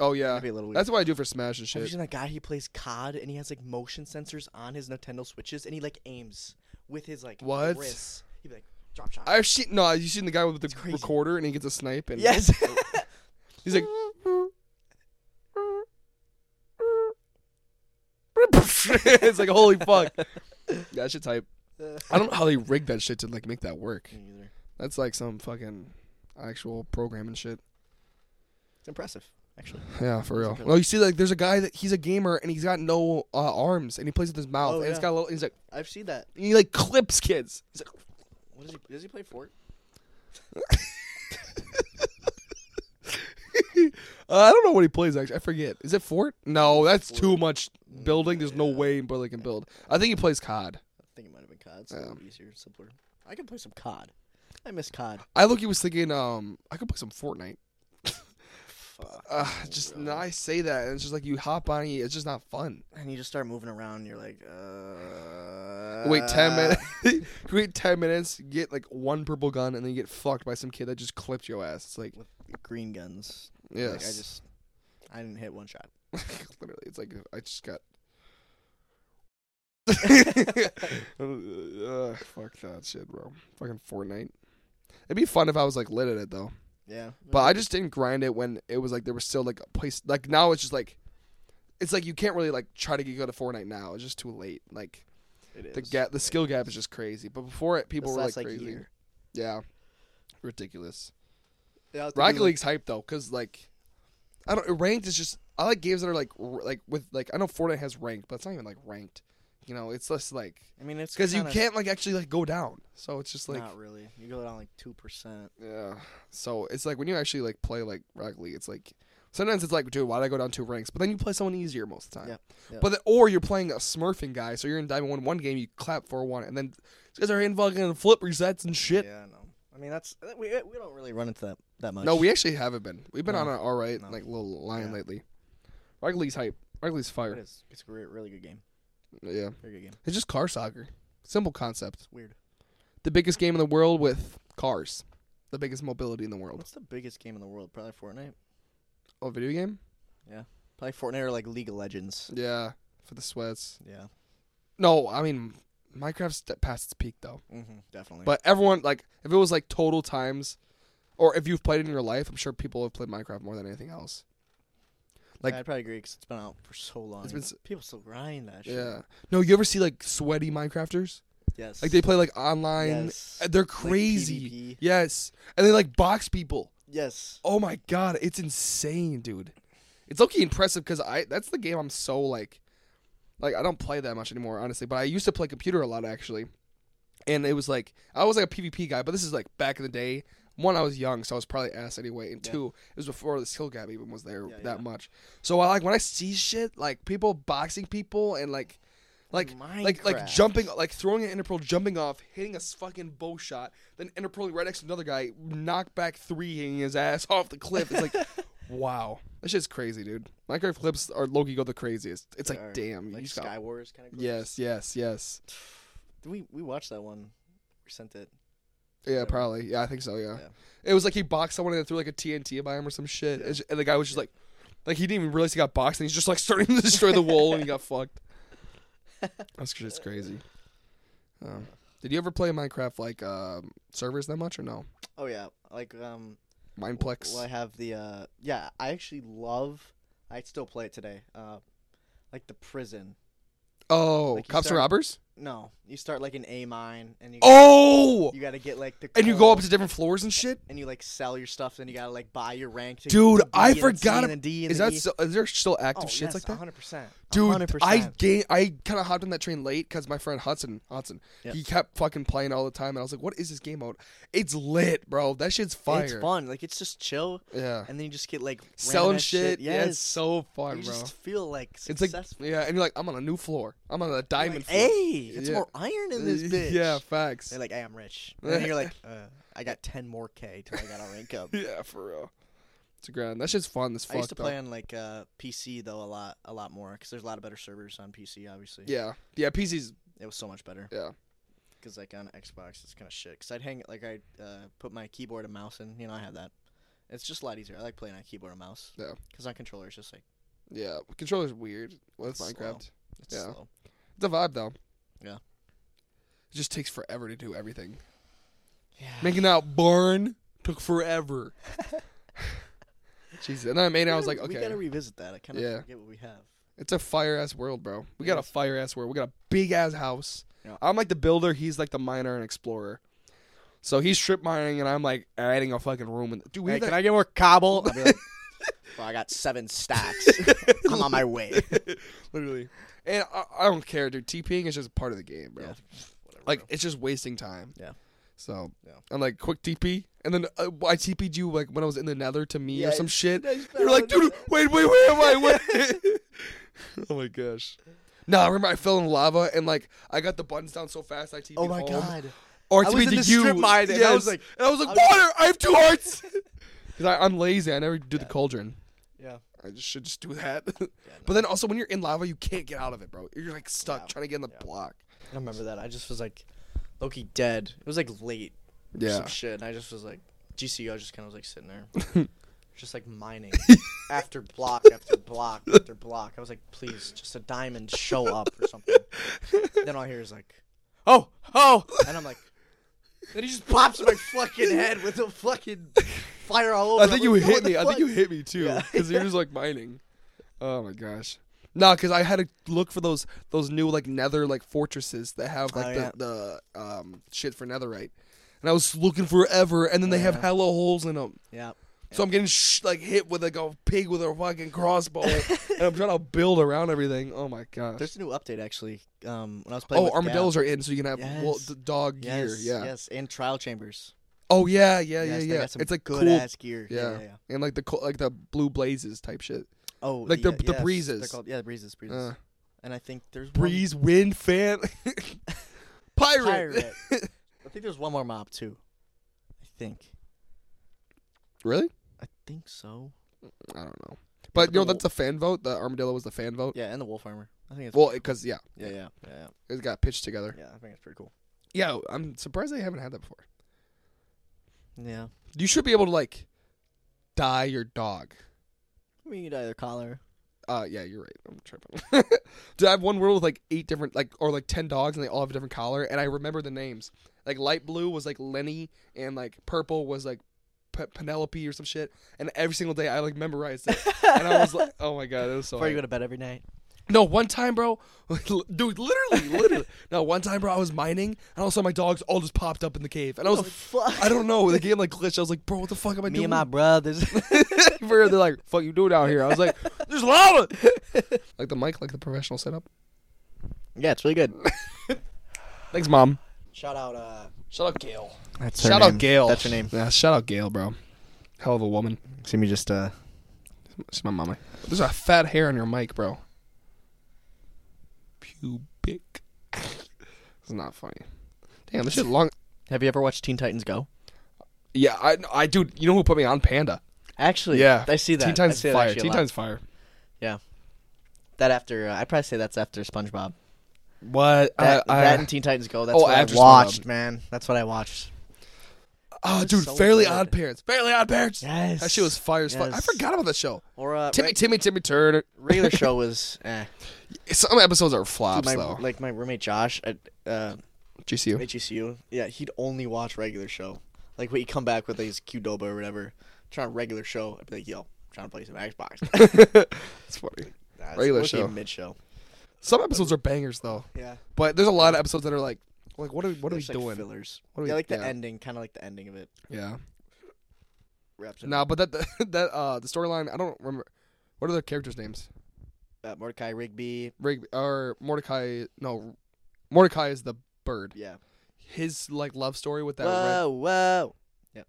B: oh yeah,
A: that'd be a little
B: that's what I do for Smash and shit.
A: Imagine that guy. He plays COD and he has like motion sensors on his Nintendo Switches and he like aims with his like
B: What?
A: wrists. He'd be like drop shot.
B: I've seen no, you seen the guy with the
A: crazy.
B: recorder and he gets a snipe and
A: yes.
B: he's like, it's like holy fuck. That shit type. I don't know how they rigged that shit to like make that work.
A: Me either.
B: That's like some fucking actual programming shit.
A: It's impressive, actually.
B: Yeah, for real. Well, you see, like there's a guy that he's a gamer and he's got no uh, arms and he plays with his mouth
A: Oh,
B: and it's
A: yeah.
B: got a little. He's like
A: I've seen that.
B: he like clips kids. He's like,
A: What does he? Does he play Fort?
B: uh, I don't know what he plays actually. I forget. Is it Fort? No, that's too much building. There's no way Burley can build. I think he plays COD.
A: I think it might have been COD. It's a little easier, simpler. I can play some COD. I miss COD.
B: I look. He was thinking, um, I could play some Fortnite. Uh, just now I say that, and it's just like you hop on. It's just not fun.
A: And you just start moving around. And you're like, uh.
B: Wait ten minutes. wait ten minutes. Get like one purple gun, and then you get fucked by some kid that just clipped your ass. It's like
A: With green guns.
B: yes,
A: Like, I just. I didn't hit one shot.
B: literally. It's like I just got. uh, fuck that shit, bro. Fucking Fortnite. It'd be fun if I was like lit at it though.
A: Yeah.
B: But I just didn't grind it when it was like there was still like a place like now it's just like it's like you can't really like try to get good at Fortnite now. It's just too late. Like
A: It
B: the
A: is.
B: gap the skill gap is just crazy. But before it people
A: This
B: were like
A: last, like,
B: crazy.
A: year.
B: Yeah. Ridiculous.
A: Yeah, I was
B: Rocket
A: thinking,
B: League's hype though cuz like I don't ranked is just I like games that are like r- like with like I know Fortnite has ranked, but it's not even like ranked. You know, it's just like
A: I mean, it's
B: cuz you
A: kinda-
B: can't like actually like go down. So it's just like
A: Not really. You go down like two percent.
B: Yeah. So it's like when you actually like play like Rocket League, it's like sometimes it's like, dude, why'd I go down two ranks? But then you play someone easier most of the time.
A: Yep, yep.
B: But then, or you're playing a smurfing guy, so you're in Diamond One one game, you clap for one, and then these guys are in fucking flip resets and shit.
A: Yeah, I know. I mean, that's that- we we don't really run into that that much.
B: No, we actually haven't been. We've been
A: No.
B: on an all right
A: No.
B: like little line
A: Yeah.
B: lately. Rocket League's hype. Rocket League's
A: It
B: fire.
A: is. It's a re- really good game.
B: yeah.
A: Very good game.
B: It's just car soccer. Simple concept.
A: It's weird.
B: The biggest game in the world with cars. The biggest mobility in the world.
A: What's the biggest game in the world? Probably Fortnite.
B: Oh, video game?
A: Probably Fortnite or like League of Legends.
B: Yeah. For the sweats.
A: Yeah.
B: No, I mean Minecraft's d- past its peak though.
A: Mm-hmm. Definitely.
B: But everyone like if it was like total times or if you've played it in your life, I'm sure people have played Minecraft more than anything else. like-
A: I'd probably agree because it's been out for so long.
B: It's been
A: and people still grind that shit.
B: Yeah. No, you ever see like sweaty Minecrafters?
A: Yes.
B: Like they play like online.
A: Yes.
B: and They're
A: Like
B: crazy.
A: PvP.
B: yes. And they like box people.
A: yes.
B: Oh my god, it's insane, dude. It's low-key impressive because I that's the game I'm so like like I don't play that much anymore, honestly. But I used to play computer a lot actually. And it was like I was like a PvP guy, but this is like back in the day. One, I was young, so I was probably ass anyway. And two, it was before the skill gap even was there that much. So I like when I see shit like people boxing people and like like like like
A: Minecraft.
B: jumping like throwing an interpearl, jumping off, hitting a s- fucking bow shot, then interpearling right next to another guy, knock back three, hitting his ass off the cliff. It's like, wow, that shit's crazy, dude. Minecraft clips are Loki go the craziest. It's like,
A: Or,
B: damn,
A: Like
B: you just got-
A: Sky Wars kind of.
B: Yes, yes, yes.
A: We we watched that one. We sent it.
B: Yeah, probably. Yeah, I think so. Yeah.
A: Yeah.
B: It was like he boxed someone and then threw like a TNT by him or some shit, It's- and the guy was just like, like he didn't even realize he got boxed, and he's just like starting to destroy the wall, and he got fucked. That's just crazy. Um, did you ever play Minecraft like um, servers that much or no?
A: Oh yeah. Like um.
B: Mineplex.
A: Well, I have the uh yeah, I actually love I still play it today. Uh like the prison.
B: oh,
A: like you
B: cops and
A: start-
B: robbers.
A: No, you start like an A mine and you
B: Oh,
A: you got to get like the
B: and you go up
A: coal,
B: to different floors and shit.
A: and you like sell your stuff then you got to like buy your rank to
B: Dude,
A: the B
B: I
A: and the C
B: forgot.
A: and
B: ab-
A: the D and
B: is
A: the
B: that
A: E.
B: still, is there still active
A: oh,
B: shits
A: yes,
B: like that?
A: 100%.
B: Dude,
A: 100%.
B: I ga- I kind of hopped on that train late because my friend Hudson, Hudson, he kept fucking playing all the time, and I was like, "What is this game mode? It's lit, bro. That shit's fire.
A: It's fun. Like it's just chill
B: Yeah,
A: and then you just get like random
B: selling
A: ass
B: shit. Yeah,
A: Yes.
B: it's so fun,
A: you
B: bro.
A: just feel like
B: It's like
A: successful.
B: yeah, and you're like, I'm on a new floor. I'm on a diamond.
A: Like,
B: floor.
A: hey, it's
B: Yeah.
A: more iron in this bitch.
B: Yeah, facts.
A: They're like, hey, I'm rich. And then you're like, uh, I got 10 more K till I got a rank up.
B: yeah, for real. It's a grand. That shit's fun. This fuck.
A: I used to
B: though.
A: play on like uh, PC though a lot, a lot more because there's a lot of better servers on PC. Obviously,
B: yeah, yeah. PC's
A: it was so much better
B: yeah.
A: because like on Xbox it's kind of shit. Because I'd hang like I uh, put my keyboard and mouse in. You know, I had that. It's just a lot easier. I like playing on keyboard and mouse.
B: Yeah.
A: Because on controller it's just like
B: Yeah, controller's weird with
A: It's slow.
B: Minecraft.
A: it's
B: Yeah.
A: slow.
B: It's a vibe though.
A: Yeah.
B: It just takes forever to do everything.
A: Yeah.
B: Making that barn took forever. Jesus. And then I made it, I was
A: We
B: like,
A: gotta-
B: okay.
A: we gotta revisit that. I kind of
B: Yeah.
A: forget what we have.
B: It's a fire ass world, bro. We got a fire ass world. We got a big ass house.
A: Yeah.
B: I'm like the builder. He's like the miner and explorer. So he's strip mining, and I'm like adding a fucking room. In Dude, we
A: Hey,
B: have
A: can
B: that-
A: I get more cobble? I'll be like, well, I got seven stacks. I'm on my way.
B: literally. And I, I don't care, dude. TPing is just part of the game, bro.
A: Yeah.
B: Like it's just wasting time.
A: Yeah.
B: So
A: Yeah.
B: I'm like, quick TP, and then uh, I TP'd you like when I was in the Nether to me
A: Yeah,
B: or some
A: it's-
B: shit.
A: yeah, it's
B: You're like,
A: better.
B: dude, wait, wait, where am I? Wait. oh my gosh. No, I remember I fell in lava and like I got the buttons down so fast I TP'd
A: Oh my
B: home.
A: god.
B: Or
A: I
B: to
A: was
B: be
A: in
B: the
A: the strip
B: you.
A: mine, and I was
B: Yes.
A: like-
B: and I was like,
A: I was-
B: water. I have two hearts. Because I'm lazy. I never do the cauldron.
A: Yeah.
B: I just should just do that. But then also when you're in lava, you can't get out of it, bro. You're like stuck trying to get in the block.
A: I don't remember that. I just was like, Loki dead. It was like late. or
B: Yeah.
A: Some shit. And I just was like, GCO just kind of was like sitting there. just like mining after block after block after block. I was like, please, just a diamond show up or something. then all I hear is like, oh, oh. And I'm like, then he just pops my fucking head with a fucking fire all over.
B: I
A: I'm
B: think
A: like,
B: you
A: "What
B: hit
A: the
B: me. I think
A: fuck?"
B: you hit me too. Because you're just like mining. Oh my gosh. Nah, because I had to look for those those new like nether like fortresses that have like
A: Oh,
B: the, the um shit for netherite, and I was looking forever, and then they have hella holes in them.
A: Yeah.
B: So I'm getting sh- like hit with like a pig with a fucking crossbow, and I'm trying to build around everything. Oh my gosh.
A: There's a new update actually. Um, when I was playing.
B: oh,
A: with
B: armadillos
A: Gab.
B: are in, so you can have well,
A: Yes.
B: the dog gear.
A: Yes,
B: Yeah.
A: yes, and trial chambers.
B: Oh yeah, yeah,
A: Yes,
B: yeah,
A: They
B: yeah.
A: got some
B: It's like
A: good
B: cool.
A: ass gear.
B: yeah.
A: yeah, yeah.
B: and like the co- like the blue blazes type shit.
A: Oh,
B: Like the-
A: yeah,
B: the
A: yes, They're
B: breezes.
A: called, yeah, the breezes, breezes.
B: Uh.
A: and I think there's
B: Breeze, wind, fan,
A: One
B: pirate.
A: pirate. I think there's one more mob too. I think.
B: really?
A: I think so.
B: I don't know.
A: but
B: But you know
A: the-
B: that's the fan vote. The armadillo was the fan vote.
A: Yeah, and the wolf armor. I think it's.
B: Well, because yeah,
A: yeah, yeah, yeah, yeah,
B: it got pitched together.
A: yeah. I think it's pretty cool.
B: Yeah. I'm surprised they haven't had that before.
A: Yeah.
B: You should be able to like dye your dog.
A: I mean, you either collar.
B: Uh, yeah, you're right. I'm tripping. Dude, I have one world with like eight different, like or like ten dogs, and they all have a different collar, and I remember the names. Like light blue was like Lenny, and like purple was like P- Penelope or some shit. And every single day, I like memorized it, and I was like, oh my god, it was so.
A: Before you go
B: hard.
A: to bed every night.
B: No, one time, bro, dude, literally, literally. no, one time, bro, I was mining, and all of a sudden my dogs all just popped up in the cave, and I was, like,
A: Oh, fuck?
B: I don't know, the game like glitched. I was like, bro, what the fuck am I
A: Me
B: doing?
A: and my brothers.
B: For real, they're like, "Fuck you doing out here?" I was like, "There's lava." like the mic, like the professional setup.
A: yeah, it's really good.
B: Thanks, mom.
A: Shout out. uh
B: Shout out Gail.
A: That's
B: Shout out Gail.
A: That's her name.
B: Yeah, shout out Gail, bro. Hell of a woman.
A: See me just uh.
B: She's my mama. There's a fat hair on your mic, bro. Pubic. it's not funny. Damn, this shit long.
A: Have you ever watched Teen Titans Go?
B: Yeah, I, I, dude, you know who put me on Panda?
A: Actually,
B: Yeah,
A: I see that.
B: Teen
A: I
B: Titans
A: see that
B: Fire.
A: actually a
B: Teen
A: lot.
B: Titans Fire.
A: That after, uh, I probably say that's after SpongeBob.
B: What?
A: That,
B: Uh, I,
A: that and Teen Titans Go. That's
B: Oh,
A: what I
B: after SpongeBob.
A: watched, man. That's what I watched.
B: oh,
A: was
B: dude,
A: so
B: Fairly
A: good.
B: Odd Parents. Fairly Odd Parents.
A: Yes.
B: That shit was fire as fuck. I
A: Yes.
B: forgot about that show.
A: Or uh,
B: Timmy,
A: re-
B: Timmy, Timmy Turner.
A: regular show was eh.
B: Some episodes are flops
A: my,
B: though.
A: like my roommate Josh at uh,
B: GCU.
A: HECU. Yeah, he'd only watch regular show. Like when you come back with like, his Qdoba or whatever, trying regular show. I'd be like, yo, trying to play some Xbox. Nah,
B: It's
A: it's
B: funny. Regular
A: mostly
B: show.
A: mid show.
B: Some episodes are bangers though,
A: Yeah,
B: but there's a lot of episodes that are like, like what are what are we
A: There's, like,
B: doing?
A: fillers.
B: What are
A: yeah,
B: we-
A: like the
B: yeah.
A: ending, kind of like the ending of it.
B: Yeah.
A: Wraps it
B: No,
A: up.
B: but that that uh the storyline I don't remember. What are the characters' names?
A: Uh, Mordecai Rigby.
B: Rig or Mordecai? No, Mordecai is the bird.
A: Yeah.
B: His like love story with that.
A: whoa,
B: Red,
A: whoa. Yep.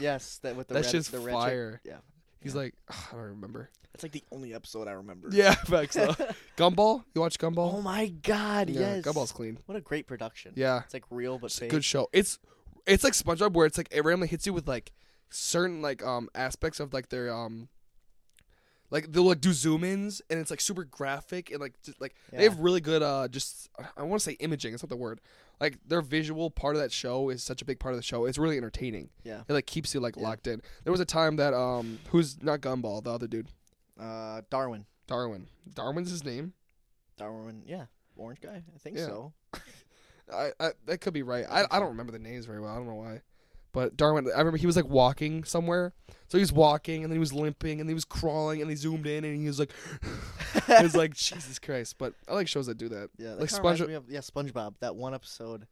A: Yes, that with the
B: That
A: red,
B: shit's
A: the red chick.
B: fire.
A: Yeah,
B: he's like "Ugh, I don't remember.
A: that's like the only episode I remember.
B: Yeah, facts though. Gumball. You watch
A: Oh
B: Gumball?
A: my God.
B: yeah,
A: yes.
B: Gumball's clean.
A: What a great production.
B: Yeah.
A: It's like real but
B: It's a
A: fake.
B: good show. It's it's like SpongeBob where it's like it randomly hits you with like certain like um aspects of like their um like they'll like do zoom ins and it's like super graphic and like just like they have really good uh just I want to say imaging it's not the word like their visual part of that show is such a big part of the show it's really entertaining
A: Yeah.
B: it like keeps you like locked in there was a time that um who's not Gumball the other dude
A: Uh, Darwin.
B: Darwin Darwin's his name
A: Darwin. Yeah. Orange guy. I think
B: Yeah.
A: so.
B: I, I that could be right I I don't remember the names very well I don't know why But Darwin, I remember he was like walking somewhere. So he was walking, and then he was limping, and then he was crawling, and he zoomed in, and he was like, it was like Jesus Christ. But I like shows that do that.
A: Yeah, that
B: like
A: kinda reminds
B: SpongeBob.
A: me of- yeah, SpongeBob. That one episode.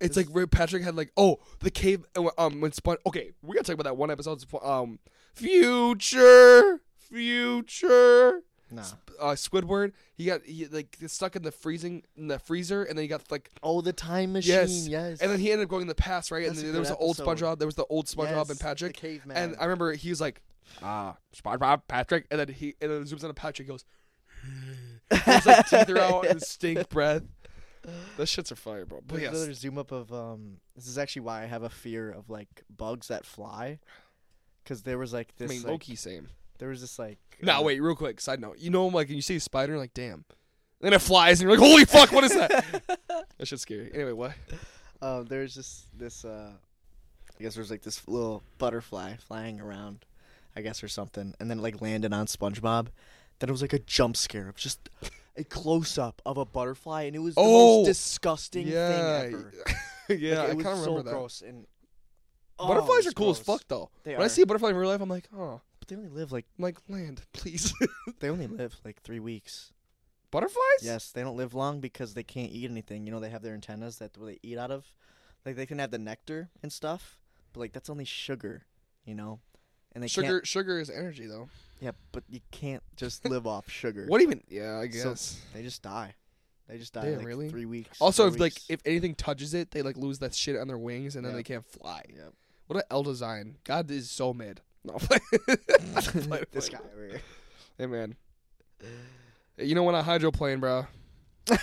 B: It's like where Patrick had like, oh, the cave. Um, when Spon- okay, we're gonna talk about that one episode. of Spo- Um, future, future.
A: Nah.
B: Uh, Squidward, he got he, like gets stuck in the freezing in the freezer, and then he got like
A: Oh, the time machine.
B: yes,
A: Yes.
B: and then he ended up going in the past, right?
A: That's a
B: and then
A: good
B: there was the old
A: episode.
B: SpongeBob, there was the old SpongeBob
A: Yes,
B: and
A: the
B: Patrick,
A: caveman.
B: and I remember he was like, ah, SpongeBob, Patrick, and then he and then it zooms on to Patrick, he goes, and his like teeth are out and stink breath. Those shits are fire, bro. But
A: There's
B: yes,
A: another zoom up of um. This is actually why I have a fear of like bugs that fly, because there was like
B: I
A: this.
B: mean
A: like,
B: Loki, same.
A: There was this like.
B: Now
A: uh,
B: wait, real quick, side note. You know, like, and you see a spider, and you're like, damn. And then it flies, and you're like, holy fuck, what is that? that shit's scary. Anyway, what?
A: Uh, there's just this. Uh, I guess there's like this little butterfly flying around, I guess or something, and then it, like landed on SpongeBob. Then it was like a jump scare of just a close up of a butterfly, and it was the
B: Oh,
A: most disgusting
B: yeah,
A: thing ever.
B: yeah,
A: Like,
B: I
A: it was
B: kind of
A: so
B: remember that.
A: gross and Oh,
B: Butterflies
A: it's
B: are cool as
A: gross.
B: fuck, though.
A: They
B: when I
A: are.
B: see a butterfly in real life, I'm like, oh,
A: But they only live like
B: I'm like land, please.
A: they only live like three weeks.
B: Butterflies?
A: Yes, they don't live long because they can't eat anything. You know, they have their antennas that they eat out of. Like they can have the nectar and stuff, but like that's only sugar, you know. And they
B: Sugar,
A: Can't,
B: sugar is energy, though.
A: yeah, but you can't just live off sugar.
B: What even? Yeah, I
A: So-
B: guess.
A: They just die. They just die
B: Damn,
A: like
B: really?
A: three weeks.
B: also,
A: four
B: if like
A: weeks.
B: if anything touches it, they like lose that shit on their wings, and then
A: Yeah.
B: they can't fly.
A: Yep.
B: What an L design. God is so mid. No, play,
A: this guy over here.
B: Hey man, you know when I hydroplane, bro.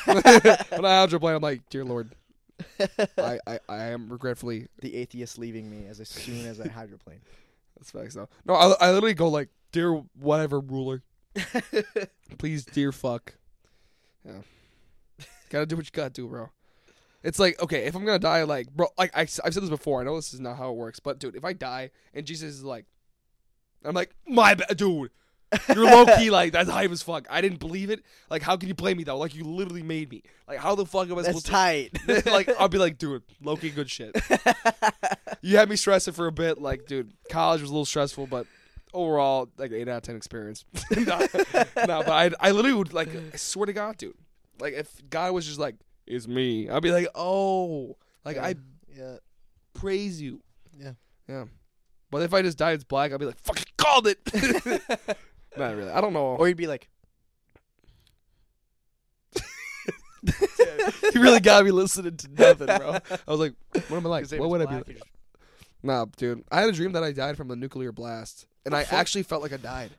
B: when I hydroplane, I'm like, dear lord, I, I, I am regretfully.
A: the atheist leaving me as soon as I hydroplane.
B: That's facts though. No, I, I literally go like, dear whatever ruler, please, dear fuck. Yeah, gotta do what you gotta do, bro. It's like okay, if I'm gonna die, like bro, like I, have said this before. I know this is not how it works, but dude, if I die and Jesus is like, I'm like, my bad, dude. You're low key like that's hype as fuck. I didn't believe it. Like, how can you blame me though? Like, you literally made me. Like, how the fuck am I
A: That's
B: supposed
A: tight.
B: to? like, I'll be like, dude, Loki, good shit. you had me stressing for a bit. Like, dude, college was a little stressful, but overall, like eight out of ten experience. no, but I, I literally would like, I swear to God, dude. Like, if God was just like, it's me, I'd be like, oh, like I
A: yeah.
B: praise you.
A: Yeah.
B: yeah. But if I just died as black, I'd be like, fucking called it. Not really. I don't know.
A: Or you'd be like,
B: He really got me listening to nothing, bro. I was like, what am I like?
A: 'Cause if
B: What
A: it's
B: would I be
A: black, you
B: like?
A: just-
B: Nah, dude. I had a dream that I died from a nuclear blast, and I actually felt like I died.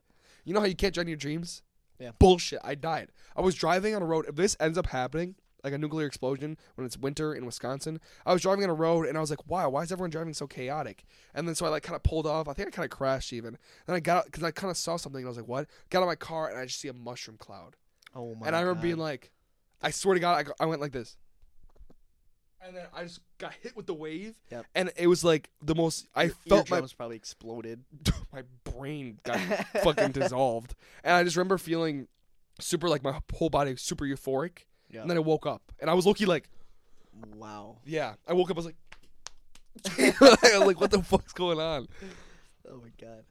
B: You know how you can't drown your dreams?
A: Yeah.
B: Bullshit. I died. I was driving on a road. If this ends up happening, like a nuclear explosion when it's winter in Wisconsin, I was driving on a road and I was like, "Wow, why is everyone driving so chaotic?" And then so I like kind of pulled off. I think I kind of crashed even. Then I got because I kind of saw something and I was like, "What?" Got out of my car and I just see a mushroom cloud
A: oh my.
B: and I remember
A: God.
B: being like, I swear to God, I, go- I went like this. And then I just got hit with the wave.
A: Yep.
B: And it was like the most, I
A: Your
B: felt my,
A: eardrums probably exploded.
B: my brain got fucking dissolved. And I just remember feeling super, like my whole body was super euphoric.
A: Yeah.
B: And then I woke up and I was looking like,
A: Wow.
B: yeah, I woke up, I was like, I was like, what the fuck's going on?
A: Oh my god.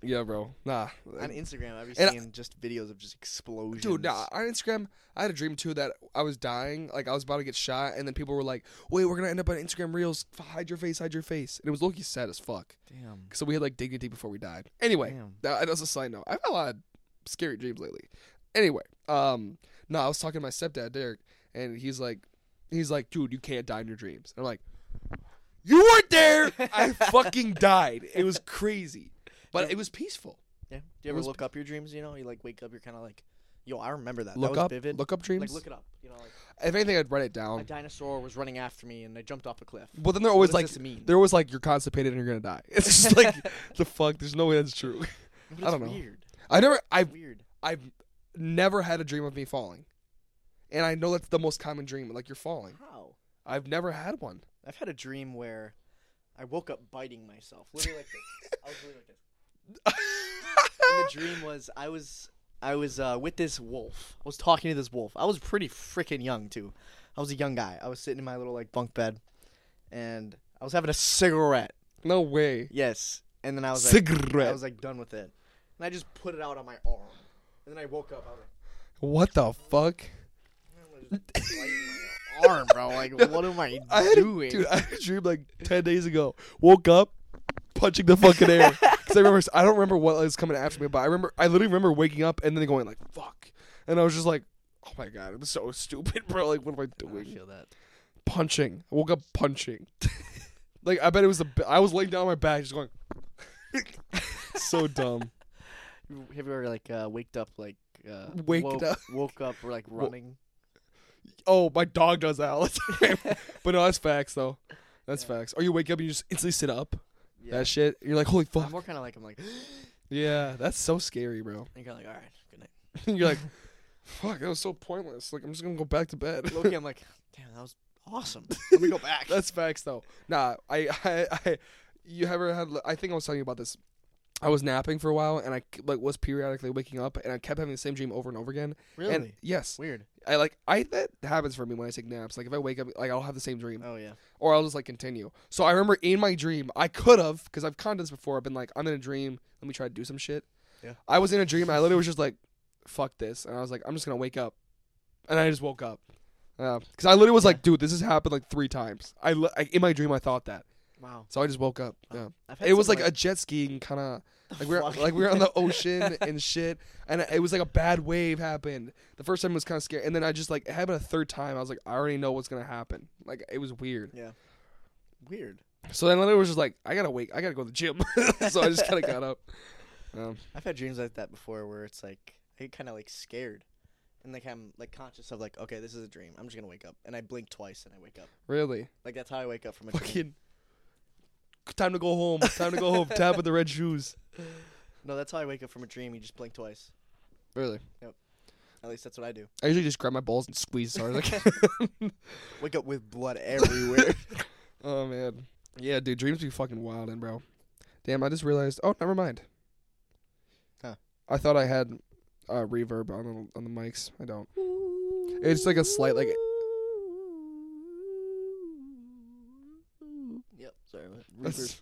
B: Yeah, bro. Nah.
A: On Instagram, I've
B: And I-
A: been seeing just videos of just explosions.
B: Dude, nah, on Instagram, I had a dream too that I was dying, like I was about to get shot, and then people were like, "Wait, we're gonna end up on Instagram Reels. F- Hide your face, hide your face." And it was Loki sad as fuck.
A: Damn.
B: So we had like dignity before we died. Anyway,
A: Damn.
B: that, that's a side note. I've had a lot of scary dreams lately. Anyway, um, no, I was talking to my stepdad Derek, and he's like, he's like, dude, you can't die in your dreams. And I'm like, you weren't there. I fucking died. It was crazy, but it was peaceful.
A: Yeah. Do you ever look up your dreams? You know, you like wake up, you're kind of like, yo, I remember that. that
B: Look
A: was
B: up,
A: vivid.
B: look up dreams.
A: Like look it up. You know, like
B: if anything, I'd write it down.
A: a dinosaur was running after me and I jumped off a cliff.
B: But then they're always
A: What
B: like,
A: does this mean?
B: they're always like, you're constipated and you're gonna die. It's just like, the fuck. There's no way that's true.
A: But
B: I
A: it's
B: don't know.
A: Weird.
B: I never, I've,
A: Weird.
B: I've never had a dream of me falling, and I know that's the most common dream. Like you're falling.
A: How?
B: I've never had one.
A: I've had a dream where I woke up biting myself, literally like this. I was literally like this. And the dream was I was I was uh, with this wolf. I was talking to this wolf. I was pretty freaking young too. I was a young guy. I was sitting in my little like bunk bed, and I was having a cigarette.
B: No way.
A: Yes. And then I was like,
B: Cigarette.
A: I was like done with it, and I just put it out on my arm, and then I woke up. I was
B: What the fuck?
A: like, arm, bro. Like, what am I
B: I had
A: doing?
B: a, dude, I had a dream like ten days ago. Woke up, punching the fucking air. Because I remember, I don't remember what was coming after me, but I remember, I literally remember waking up and then going like, "Fuck," and I was just like, "Oh my god, I'm so stupid, bro! Like, what am I doing?"
A: feel that.
B: punching. I woke up punching. like, I bet it was the. b- I was laying down on my back, just going. so dumb.
A: Have you ever like uh, waked up like uh,
B: Waked
A: woke,
B: up.
A: woke up or like running?
B: Oh, my dog does that all the time. but no, that's facts though. That's facts. Or you wake up and you just instantly sit up.
A: Yeah.
B: That shit. You're like, holy
A: I'm
B: fuck.
A: more kind of like I'm like,
B: Yeah, that's so scary, bro.
A: and you're like, all right, good night.
B: And you're like, fuck, that was so pointless. Like, I'm just gonna go back to bed.
A: Loki, I'm like, damn, that was awesome. Let me go back.
B: That's facts, though. Nah, I, I, I, you ever had? I think I was telling you about this. I was napping for a while, and I like was periodically waking up, and I kept having the same dream over and over again.
A: really
B: And yes,
A: weird.
B: I like I that happens for me when I take naps. Like if I wake up, like I'll have the same dream,
A: Oh yeah.
B: or I'll just like continue. So I remember in my dream, I could have because I've conned this before. I've been like, I'm in a dream. Let me try to do some shit.
A: Yeah.
B: I was in a dream. I literally was just like, fuck this, and I was like, I'm just gonna wake up, and I just woke up. Because I literally was like, dude, this has happened like three times. I, li- I in my dream I thought that,
A: Wow.
B: so I just woke up. Yeah.
A: I've
B: It was like
A: something
B: a jet skiing kind of like we were
A: fuck?
B: like we were on the ocean and shit, and it was like a bad wave happened. The first time was kind of scary, and then I just like it happened a third time. I was like, I already know what's gonna happen. Like it was weird.
A: weird.
B: So then later it was just like, I gotta wake, I gotta go to the gym. so I just kind of got up. Um,
A: I've had dreams like that before, where it's like I get kind of like scared, and like I'm like conscious of like, okay, this is a dream. I'm just gonna wake up, and I blink twice, and I wake up.
B: really,
A: Like that's how I wake up from a dream.
B: fucking time to go home. Time to go home. Tap with the red shoes.
A: No, that's how I wake up from a dream. You just blink twice.
B: Really,
A: At least that's what I do.
B: I usually just grab my balls and squeeze as hard as I can.
A: Wake up with blood everywhere.
B: Oh man. Yeah, dude, dreams be fucking wild, and bro. Damn, I just realized. Oh, never mind.
A: Huh.
B: I thought I had uh, reverb on the, on the mics. I don't. It's like a slight like.
A: yep. Sorry. about that. Reverb.
B: That's,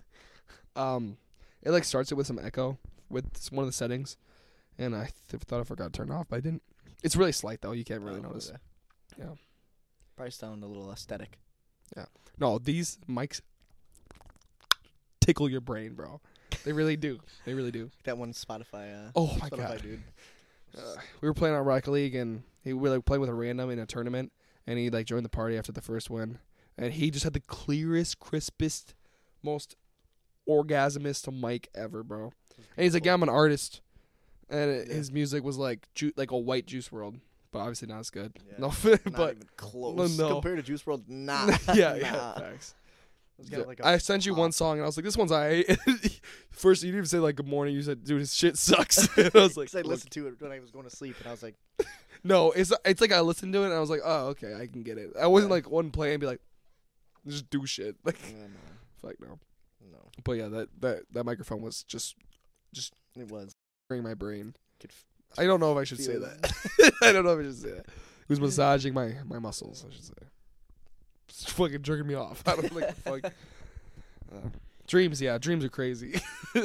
B: um, it like starts it with some echo with s- one of the settings, and I th- thought I forgot to turn it off, but I didn't. It's really slight though. You can't really
A: Oh,
B: notice.
A: okay.
B: Yeah.
A: Probably sound a little aesthetic.
B: No, these mics tickle your brain, bro. They really do. They really do.
A: That one Spotify. Uh,
B: Oh my
A: Spotify
B: god.
A: dude.
B: uh, we were playing on Rocket League and he we like played with a random in a tournament and he like joined the party after the first win and he just had the clearest, crispest, most orgasmist mic ever, bro. And he's like, yeah, I'm an artist, and it, his music was like ju- like a White Juice World, but obviously not as good.
A: Yeah,
B: No,
A: Not
B: but
A: even close
B: no.
A: compared to Juice World. Nah.
B: yeah,
A: nah.
B: yeah, thanks.
A: It's got, like, a
B: I sent you
A: pop.
B: one song and I was like, this one's I. First, you didn't even say like good morning. You said, dude, his shit sucks. and I was like,
A: 'Cause I
B: "Look,
A: listened to it when I was going to sleep, and I was like,
B: No, it's it's like I listened to it and I was like, oh, okay, I can get it. I wasn't like one play and be like, just do shit. Like,
A: yeah,
B: fuck no.
A: "Mm, no, no,
B: But yeah, that that that microphone was just
A: it was.
B: burning my brain.
A: Could f-
B: I don't know if I should say
A: Feel
B: that. I don't know if I should say that. It was massaging my my muscles. I should say. It's fucking jerking me off. I don't like fuck. Uh, dreams, yeah, dreams are crazy.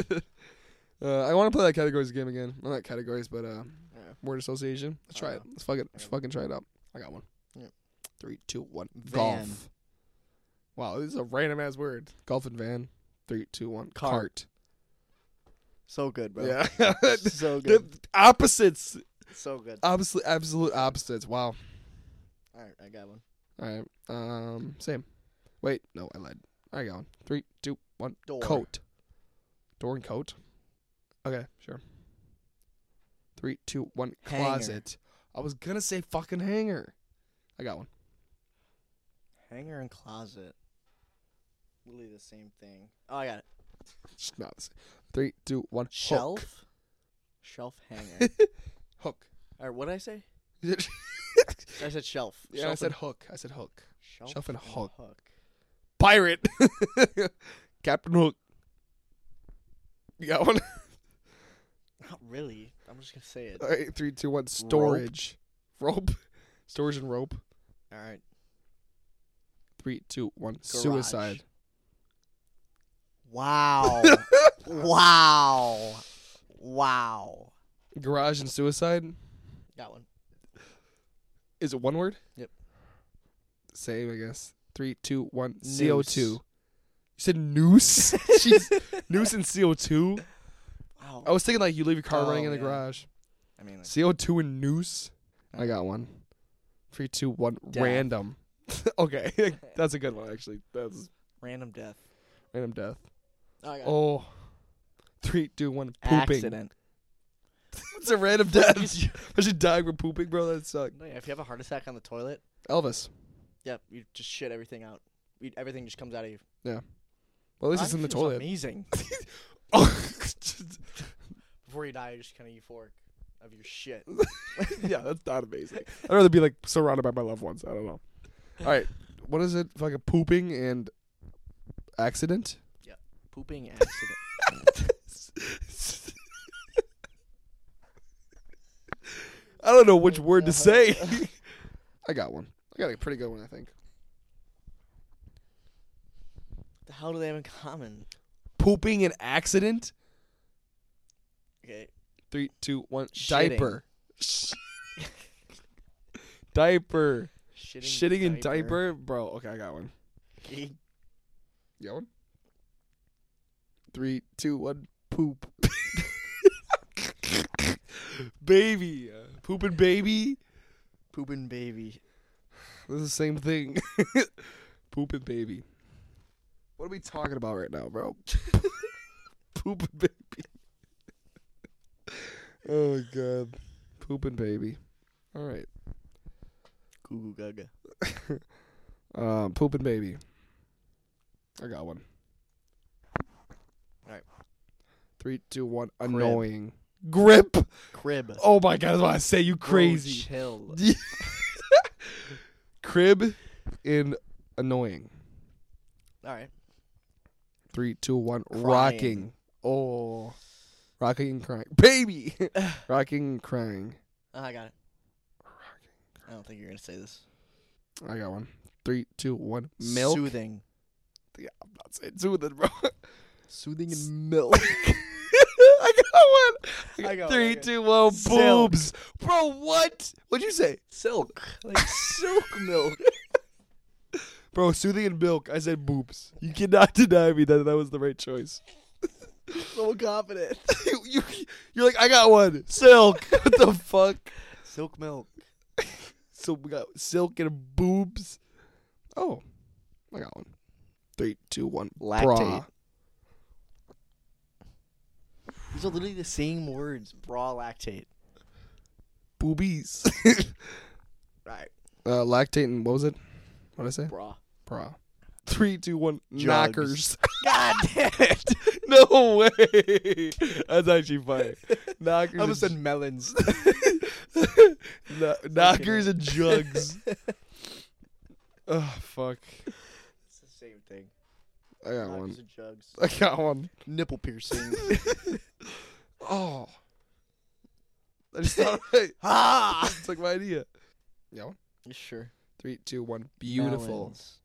B: uh, I want to play that categories game again. Well, not categories, but uh,
A: Yeah. Oh,
B: word association. Let's try it. Let's fuck it. Let's fucking try it out. I got one.
A: Yeah.
B: Three, two, one.
A: Van.
B: Golf. Wow, this is a random ass word. Golf and van. Three, two, one. Cart.
A: Cart. So good, bro.
B: Yeah.
A: so
B: The
A: good.
B: opposites.
A: so good.
B: Absolute, absolute opposites. Wow.
A: All right, I got one.
B: All right. Um. Same. Wait. No, I lied. I got one. Three, two, one.
A: Door.
B: Coat. Door and coat. Okay. Sure. Three, two, one.
A: Hanger.
B: Closet. I was gonna say fucking hanger. I got one.
A: Hanger and closet. Literally the same thing. Oh, I got it.
B: It's not the same. Three, two, one. hook.
A: Shelf. Shelf hanger.
B: Hook.
A: All right, what did I say? I said shelf.
B: yeah,
A: shelf
B: I said
A: and-
B: hook. I said hook.
A: shelf,
B: shelf and hook.
A: hook.
B: pirate. Captain Hook. You got one?
A: Not really. I'm just gonna say it.
B: All right, three, two, one. Storage. Rope. Storage and rope.
A: All right.
B: Three, two, one. Suicide.
I: Wow. wow. Wow.
B: Garage and suicide.
A: Got one.
B: Is it one word?
A: Yep.
B: Same, I guess. Three, two, one. CO two. You said noose. Jeez. noose and CO two.
A: Wow.
B: I was thinking like you leave your car running in
A: Oh,
B: the
A: yeah.
B: garage.
A: I mean, like,
B: CO two and noose. I got one. Three, two, one.
A: Death.
B: Random. okay, that's a good one actually. That's
A: random death.
B: random death.
A: Oh, I got
B: Oh. Three, two, one. Pooping.
A: accident.
B: It's a random death. Imagine dying from pooping, bro. That sucked.
A: No, yeah, if you have a heart attack on the toilet,
B: Elvis.
A: yep, you just shit everything out. You, everything just comes out of you.
B: Well, at least it's in the
A: Oxygen was
B: toilet.
A: Amazing.
B: yeah,
A: Before you die, you're just kind of euphoric of your shit.
B: that's not amazing. I'd rather be like surrounded by my loved ones. I don't know. All right, what is it? Fucking pooping and accident.
A: Pooping accident.
B: I don't know which word to say. I got one. I got a pretty good one, I think.
A: the hell do they have in common?
B: Pooping and accident.
A: Okay.
B: Three, two, one.
A: Shitting.
B: Diaper. diaper.
A: Shitting,
B: Shitting in diaper, bro. Okay, I got one.
A: Okay.
B: You got one? Three, two, one, poop. baby. Pooping baby.
A: Pooping baby.
B: This is the same thing. Pooping baby. What are we talking about right now, bro? Pooping baby. oh, God. Pooping baby. All right.
A: Goo goo gaga.
B: Um, pooping baby. I got one.
A: Alright.
B: Three, two, one. Annoying. Grip.
A: Crib.
B: Oh my god, that's what I say. You
A: Bro,
B: crazy.
A: chill.
B: Crib in annoying.
A: All right.
B: Three, two, one.
A: Crying.
B: Rocking. Oh. Rocking and crying. Baby. Rocking and crying.
A: Oh, I got it. I don't think you're gonna say this.
B: I got one. Three, two, one. Milk.
A: Soothing.
B: Yeah, I'm not saying soothing, bro.
A: Soothing and milk.
B: I got one.
A: I
B: I
A: got
B: got
A: one, I
B: three,
A: got-
B: two, one.
A: Silk.
B: Boobs. Bro, what? What'd you say?
A: silk. Like silk milk.
B: Bro, soothing and milk. I said boobs. You cannot deny me that that was the right choice.
A: So confident.
B: you, you, you're like, I got one. Silk. what the fuck?
A: Silk milk.
B: So we got silk and boobs. Oh, I got one. Three, two, one. Bra.
A: Lactate. These are literally the same words. Bra lactate.
B: Boobies.
A: Right.
B: uh, lactate and what was it? What did I say?
A: Bra.
B: Bra. Three, two, one. Knockers.
A: Jugs. God damn it.
B: no way. That's actually funny. Knockers.
A: I almost
B: and-
A: said melons.
B: Kno- knockers and jugs. oh fuck!
A: It's the same thing.
B: I got
A: Knockers
B: one.
A: and jugs.
B: I got one.
A: Nipple piercing.
B: Oh, I just thought I
A: ah!
B: took my idea. Yeah, one.
A: Sure.
B: Three, two, one. Beautiful.
A: Melons.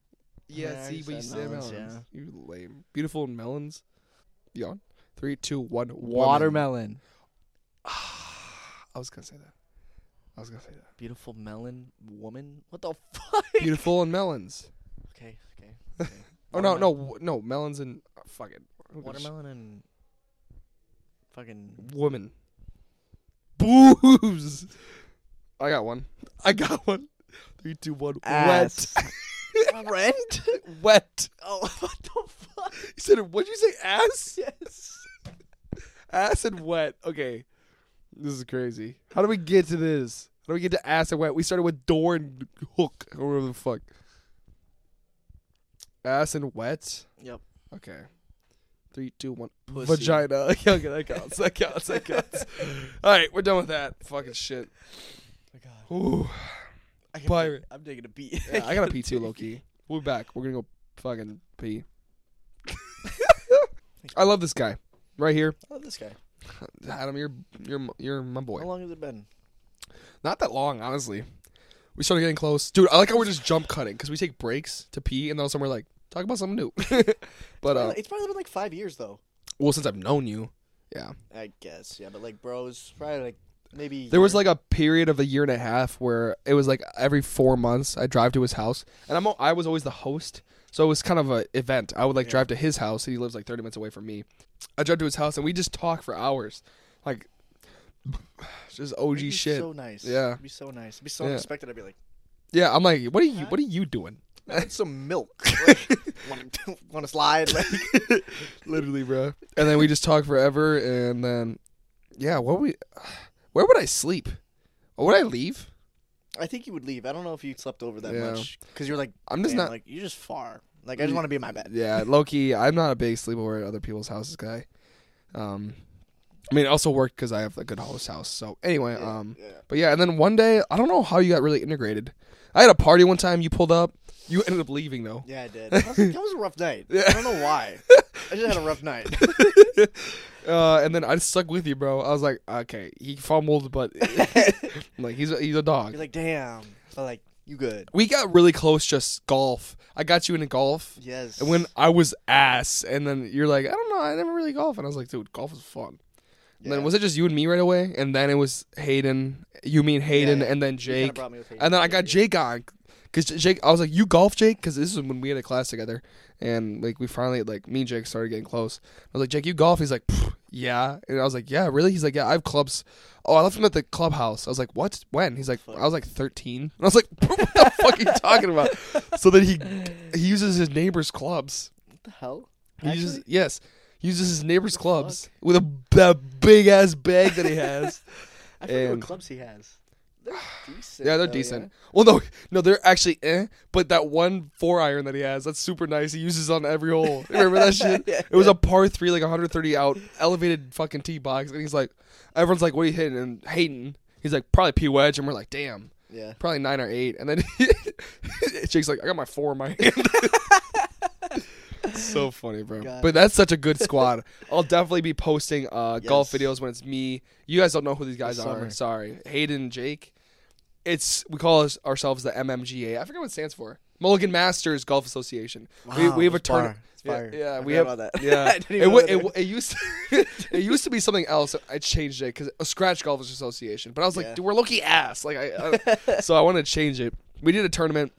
A: Yeah,
B: Yeah,
A: I
B: see, but you
A: said
B: said melons.
A: melons,
B: You lame. Beautiful and melons. Yeah. one. Three, two, one. Woman.
A: Watermelon.
B: I was gonna say that. I was gonna say that.
A: Beautiful melon woman. What the fuck?
B: Beautiful and melons.
A: Okay, okay.
B: Oh no, no, w- no. Melons and oh, fuck it. Who gives a shit?
A: Watermelon and fucking
B: woman. Boobs. I got one. I got one. Three, two, one.
A: Rent?
B: Wet. Wet.
A: Oh, what the fuck?
B: You said what'd you say? Ass?
A: Yes.
B: Ass and wet. Okay. This is crazy. How do we get to this? How do we get to ass and wet? We started with door and hook or whatever the fuck. Ass and wet?
A: Yep.
B: Okay. Three, two, one.
A: Pussy.
B: Vagina. Okay, okay, that counts. That counts. That counts. All right, we're done with that. Fucking shit.
A: my God.
B: Ooh.
A: I can
B: Pirate.
A: I'm taking a beat.
B: Yeah, I gotta pee too, Loki. We'll be back. We're gonna go fucking pee. I love this guy right here,
A: I love this guy.
B: Adam. You're you're you're my
A: How
B: boy.
A: long has it been?
B: Not that long, honestly. We started getting close, dude. I like how we're just jump cutting because we take breaks to pee, and then also we're like, Talk about something new. but uh,
I: it's probably been like five years though.
B: well, since I've known you, yeah,
I: I guess. Yeah, but like, bro, it's probably like maybe.
B: there was like a period of a year and a half where it was like every four months I drive to his house, and I'm al- I was always the host, so it was kind of a event. I would like drive to his house. He lives like 30 minutes away from me. I drive to his house and we just talk for hours, like just OG
I: It'd be
B: shit.
I: So nice.
B: Yeah.
I: It'd be so nice. It'd be so
B: Yeah.
I: unexpected. I'd be like,
B: Yeah, I'm like, what are you? What are you doing?
I: I need some milk. Like, want to want to slide? Like,
B: Literally, bro. And then we just talk forever, and then yeah, what we? Where would I sleep? Or would I leave?
I: I think you would leave. I don't know if you slept over that
B: Yeah.
I: much because you're like,
B: I'm just
I: "Man,
B: not-
I: like you're just far. Like I just want to be in my bed.
B: Yeah, Loki. I'm not a big sleepover at other people's houses guy. Um, I mean, it also worked because I have a good host house. So anyway, um, but yeah, and then one day I don't know how you got really integrated. I had a party one time. You pulled up. You ended up leaving though.
I: Yeah, I did. That was, that was a rough night. I don't know why. I just had a rough night.
B: Uh, and then I stuck with you, bro. I was like, okay, he fumbled, but like he's a, he's a dog.
I: You're like, damn. But like, you good?
B: we got really close just golf. I got you into golf.
I: Yes.
B: And when I was ass, and then you're like, I don't know, I never really golf, and I was like, dude, golf is fun. And then was it just you and me right away? And then it was Hayden, you, me, and Hayden,
I: yeah.
B: and then Jake.
I: brought me with Hayden.
B: and then I got Jake on, cause J- Jake, I was like, you golf, Jake, cause this is when we had a class together, and like we finally like me and Jake started getting close. I was like, Jake, you golf? He's like, "Pfft, yeah, and I was like, yeah, really? He's like, yeah, I have clubs. Oh, I left him at the clubhouse. I was like, what? When? He's like, I was like 13, and I was like, what the fuck are you talking about? So then he he uses his neighbor's clubs.
I: the hell?
B: He uses yes, he uses his neighbor's clubs with a, b- a big ass bag that he has.
I: I forget
B: And-
I: what clubs he has. They're decent.
B: yeah, they're
I: though,
B: decent. Well, no, no, they're actually eh. But that one four iron that he has, that's super nice. He uses on every hole. Remember that shit? It was a par three, like 130 out, elevated fucking tee box, and he's like, everyone's like, "What are you hitting?" And Hayden, he's like, "Probably P wedge," and we're like, "Damn."
I: Yeah.
B: Probably nine or eight, and then Jake's like, "I got my four in my hand." so funny, bro. But that's such a good squad. I'll definitely be posting uh, golf
I: Yes.
B: videos when it's me. You guys don't know who these guys are.
I: summer.
B: Sorry, Hayden and Jake. It's we call us, ourselves the MMGA. I forget what it stands for. Mulligan Masters Golf Association. we,
I: Wow,
B: we have a
I: it's fire.
B: tournament.
I: It's
B: Yeah,
I: fire.
B: yeah
I: I
B: we have
I: forgot about that.
B: Yeah,
I: I didn't
B: it,
I: even
B: wa-
I: know
B: it,
I: that.
B: wa- it used it used to be something else. I changed it because a scratch golfers association. But I was like,
I: Yeah.
B: dude, we're lucky ass. Like I, I so I want to change it. We did a tournament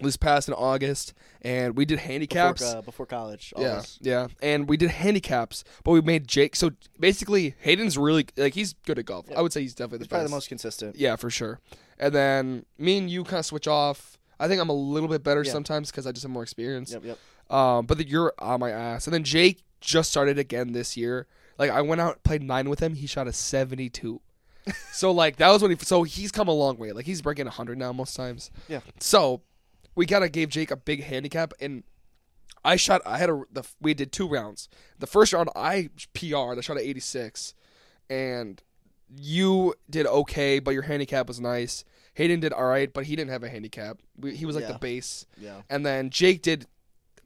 B: this past in August, and we did
I: Before,
B: handicaps.
I: uh, before college.
B: Yeah,
I: always.
B: yeah, and we did handicaps, but we made Jake. So basically, Hayden's really like he's good at golf. I would say he's definitely the
I: Probably
B: best.
I: the most consistent.
B: Yeah, for sure. And then me and you kind of switch off. I think I'm a little bit better sometimes because I just have more experience.
I: Yep, yep.
B: Um, but then you're on my ass. And then Jake just started again this year. Like I went out played nine with him. He shot a 72. so like that was when he. So he's come a long way. Like he's breaking 100 now most times.
I: Yeah.
B: So we kind of gave Jake a big handicap and. I shot. I had a. The, we did two rounds. The first round, I PR'd. I shot at 86, and you did okay, but your handicap was nice. Hayden did all right, but he didn't have a handicap. We, he was like the
I: Yeah.
B: base.
I: Yeah.
B: And then Jake did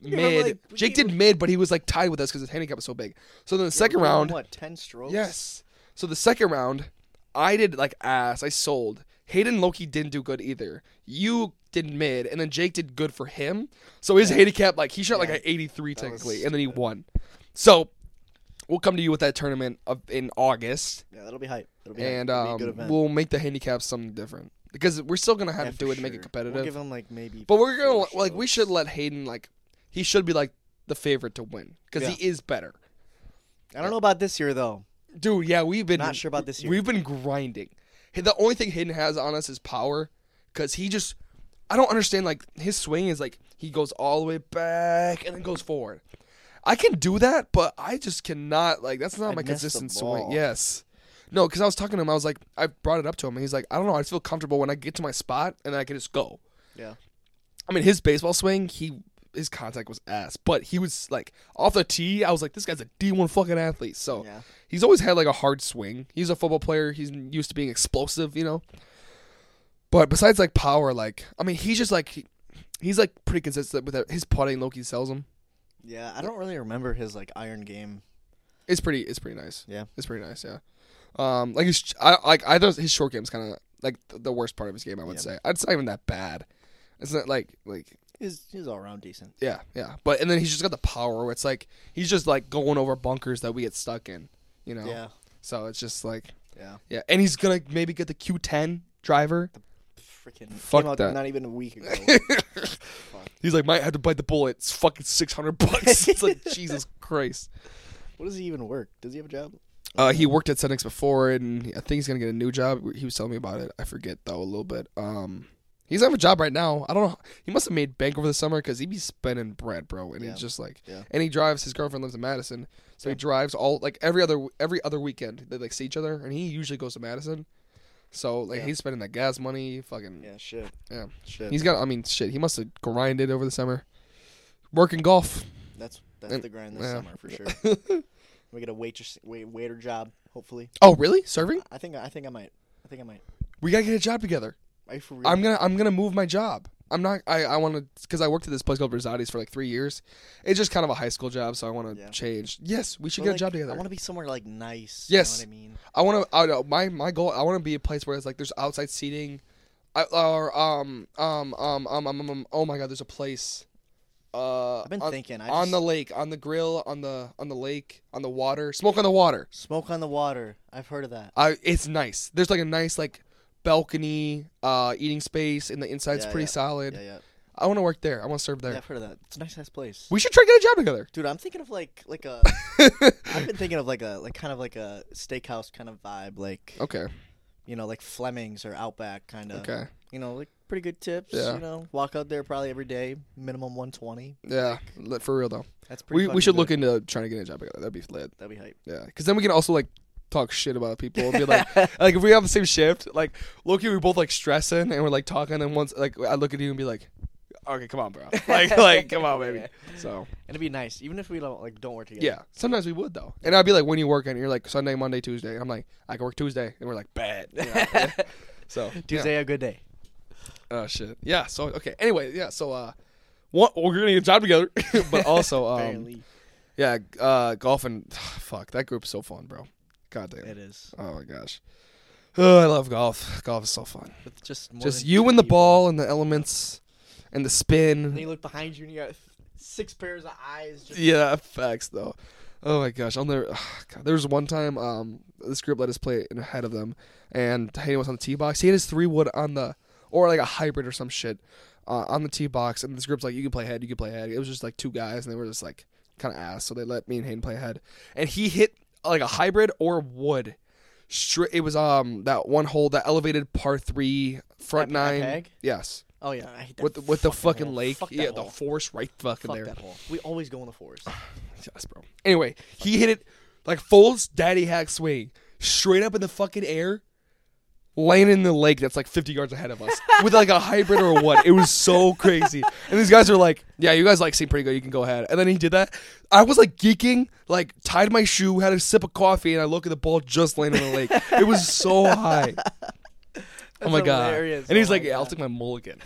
I: remember,
B: mid.
I: like, we
B: Jake did mid, but he was like tied with us because his handicap was so big. So then the second
I: We're going,
B: round,
I: What? Ten strokes.
B: yes. So the second round, I did like ass. I sold. Hayden Loki didn't do good either. You did mid, and then Jake did good for him. So his handicap, like he shot like an 83 technically, and then he won. So we'll come to you with that tournament of, in August
I: Yeah, that'll be hype. That'll be
B: and
I: hype. It'll
B: um,
I: be a good event.
B: we'll make the handicaps something different because we're still gonna have
I: Yeah,
B: to do
I: for
B: it to make it
I: sure.
B: competitive.
I: We'll give him like maybe.
B: but we're gonna
I: four
B: like we
I: strokes.
B: should let Hayden like he should be like the favorite to win because he is better.
I: I don't know about this year though.
B: Dude, yeah, we've been
I: Not sure about this year.
B: We've been grinding. Hey, The only thing Hayden has on us is power because he just I don't understand like his swing is like he goes all the way back and then goes forward. I can do that, but I just cannot like that's not my
I: missed the
B: consistent swing.
I: ball.
B: Yes. No, because I was talking to him. I was like, I brought it up to him, and he's like, I don't know. I just feel comfortable when I get to my spot, and I can just go.
I: Yeah.
B: I mean, his baseball swing, he his contact was ass, but he was like off the tee. I was like, this guy's a D one fucking athlete. So
I: Yeah.
B: he's always had like a hard swing. He's a football player. He's used to being explosive, you know. But besides like power, like I mean, he's just like he, he's like pretty consistent with that. his putting. Loki sells him.
I: Yeah, I don't really remember his like iron game.
B: It's pretty. It's pretty nice.
I: Yeah.
B: it's pretty nice. Yeah. Um, like his, I like I thought his short game's kind of like th- the worst part of his game. I would say it's not even that bad. It's not like like
A: He's he's all around decent.
B: Yeah, yeah. But and then he's just got the power where it's like he's just like going over bunkers that we get stuck in, you know.
A: Yeah.
B: So it's just like
A: Yeah.
B: yeah, and he's gonna maybe get the Q10 driver.
A: Freaking
B: Fuck
A: came out
B: that.
A: not even a week ago.
B: He's like might have to bite the bullet. It's fucking six hundred bucks. it's like Jesus Christ.
A: what does he even work? Does he have a job?
B: Uh, he worked at Cenex before, and I think he's gonna get a new job. He was telling me about it. I forget though a little bit. Um, he's have a job right now. I don't know. He must have made bank over the summer because he be spending bread, bro. And he's just like,
A: Yeah.
B: and he drives. His girlfriend lives in Madison, so he drives all like every other every other weekend. They like see each other, and he usually goes to Madison. So like he's spending that gas money, fucking
A: Yeah, shit.
B: yeah.
A: Shit.
B: He's got. I mean, shit. He must have grinded over the summer, working golf.
A: that's that's
B: and-
A: the grind this
B: yeah.
A: summer for sure. we get a waitress wait, waiter job, hopefully.
B: Oh, really? Serving?
A: I think I think I might. I think I might.
B: We gotta get a job together.
A: Are you for real?
B: I'm gonna I'm gonna move my job. I'm not. I I want to because I worked at this place called Rosati's for like three years. It's just kind of a high school job, so I want to
A: Yeah.
B: change. Yes, we should
A: But,
B: get
A: like,
B: a job together.
A: I want to be somewhere like nice.
B: Yes.
A: You know what I mean?
B: I want to. I know my my goal. I want to be a place where it's like there's outside seating, I, or um, um um um um um. um, Oh my God, there's a place. Uh,
A: I've been
B: on,
A: thinking. I
B: on
A: just-
B: the lake, on the grill, on the on the lake, on the water, smoke on the water.
A: Smoke on the water. I've heard of that.
B: I it's nice. There's like a nice like balcony, uh, eating space, and the inside's
A: Yeah,
B: pretty
A: yeah.
B: solid.
A: Yeah, yeah.
B: I want to work there. I want to serve there.
A: Yeah, I've heard of that. It's a nice, nice place.
B: We should try to get a job together.
A: Dude, I'm thinking of like like a. I've been thinking of like a like kind of like a steakhouse kind of vibe, like
B: Okay.
A: you know, like Fleming's or Outback kind of.
B: Okay.
A: You know, like pretty good tips.
B: Yeah.
A: You know, walk out there probably every day, minimum 120.
B: Yeah. li- For real though.
A: That's pretty.
B: We, we
A: fucking
B: should
A: good.
B: look into trying to get a job together. That'd be lit.
A: That'd be hype.
B: Yeah. Because then we can also like talk shit about people and be like, like if we have the same shift, like Loki, we both like stressing and we're like talking, and once like I look at you and be like, okay, come on, bro, like like come on, baby. So
A: And it'd be nice, even if we don't like don't work together.
B: yeah, sometimes we would though, and I'd be like, when you work, and you're like Sunday, Monday, Tuesday, and I'm like, I can work Tuesday, and we're like, bad. so yeah.
A: Tuesday a good day.
B: Oh shit. Yeah. So okay. Anyway, yeah. So uh, one, we're gonna get a job together, but also um,
A: Apparently,
B: yeah, uh, golf and fuck that group's so fun, bro. God damn.
A: it is.
B: Oh my gosh. Oh, I love golf. Golf is so fun.
A: With just more
B: Just
A: than
B: you
A: two
B: and the
A: people.
B: ball and the elements and the
A: And then you
B: spin.
A: look behind you and you got six pairs of eyes. Just
B: Yeah, facts though. Oh my gosh, I'll never. God, there was one time um this group let us play in ahead of them, and Hayden was on the tee box. He had his three wood on the or like a hybrid or some shit uh, on the tee box, and this group's like, you can play head, you can play head. It was just like two guys, and they were just like kind of ass, so they let me and Hayden play head, and he hit like a hybrid or wood. Stri- it was um that one hole that elevated par three front
A: At- at
B: nine.
A: Peg?
B: Yes,
A: Oh yeah, I hate that
B: with the, with the fucking
A: hole.
B: lake,
A: Fuck that
B: yeah, the
A: hole.
B: forest right fucking
A: Fuck
B: there.
A: that hole. We always go in the forest.
B: Yes, bro. Anyway, he hit it like full daddy hack swing, straight up in the fucking air, laying in the lake that's like 50 yards ahead of us with like a hybrid or what. It was so crazy. And these guys are like, yeah, you guys like seem pretty good. You can go ahead. And then he did that. I was like geeking, like tied my shoe, had a sip of coffee, and I look at the ball just laying in the lake. It was so high. oh my god!
A: hilarious.
B: And he's
A: Oh my
B: like, yeah, I'll
A: God.
B: take my mulligan.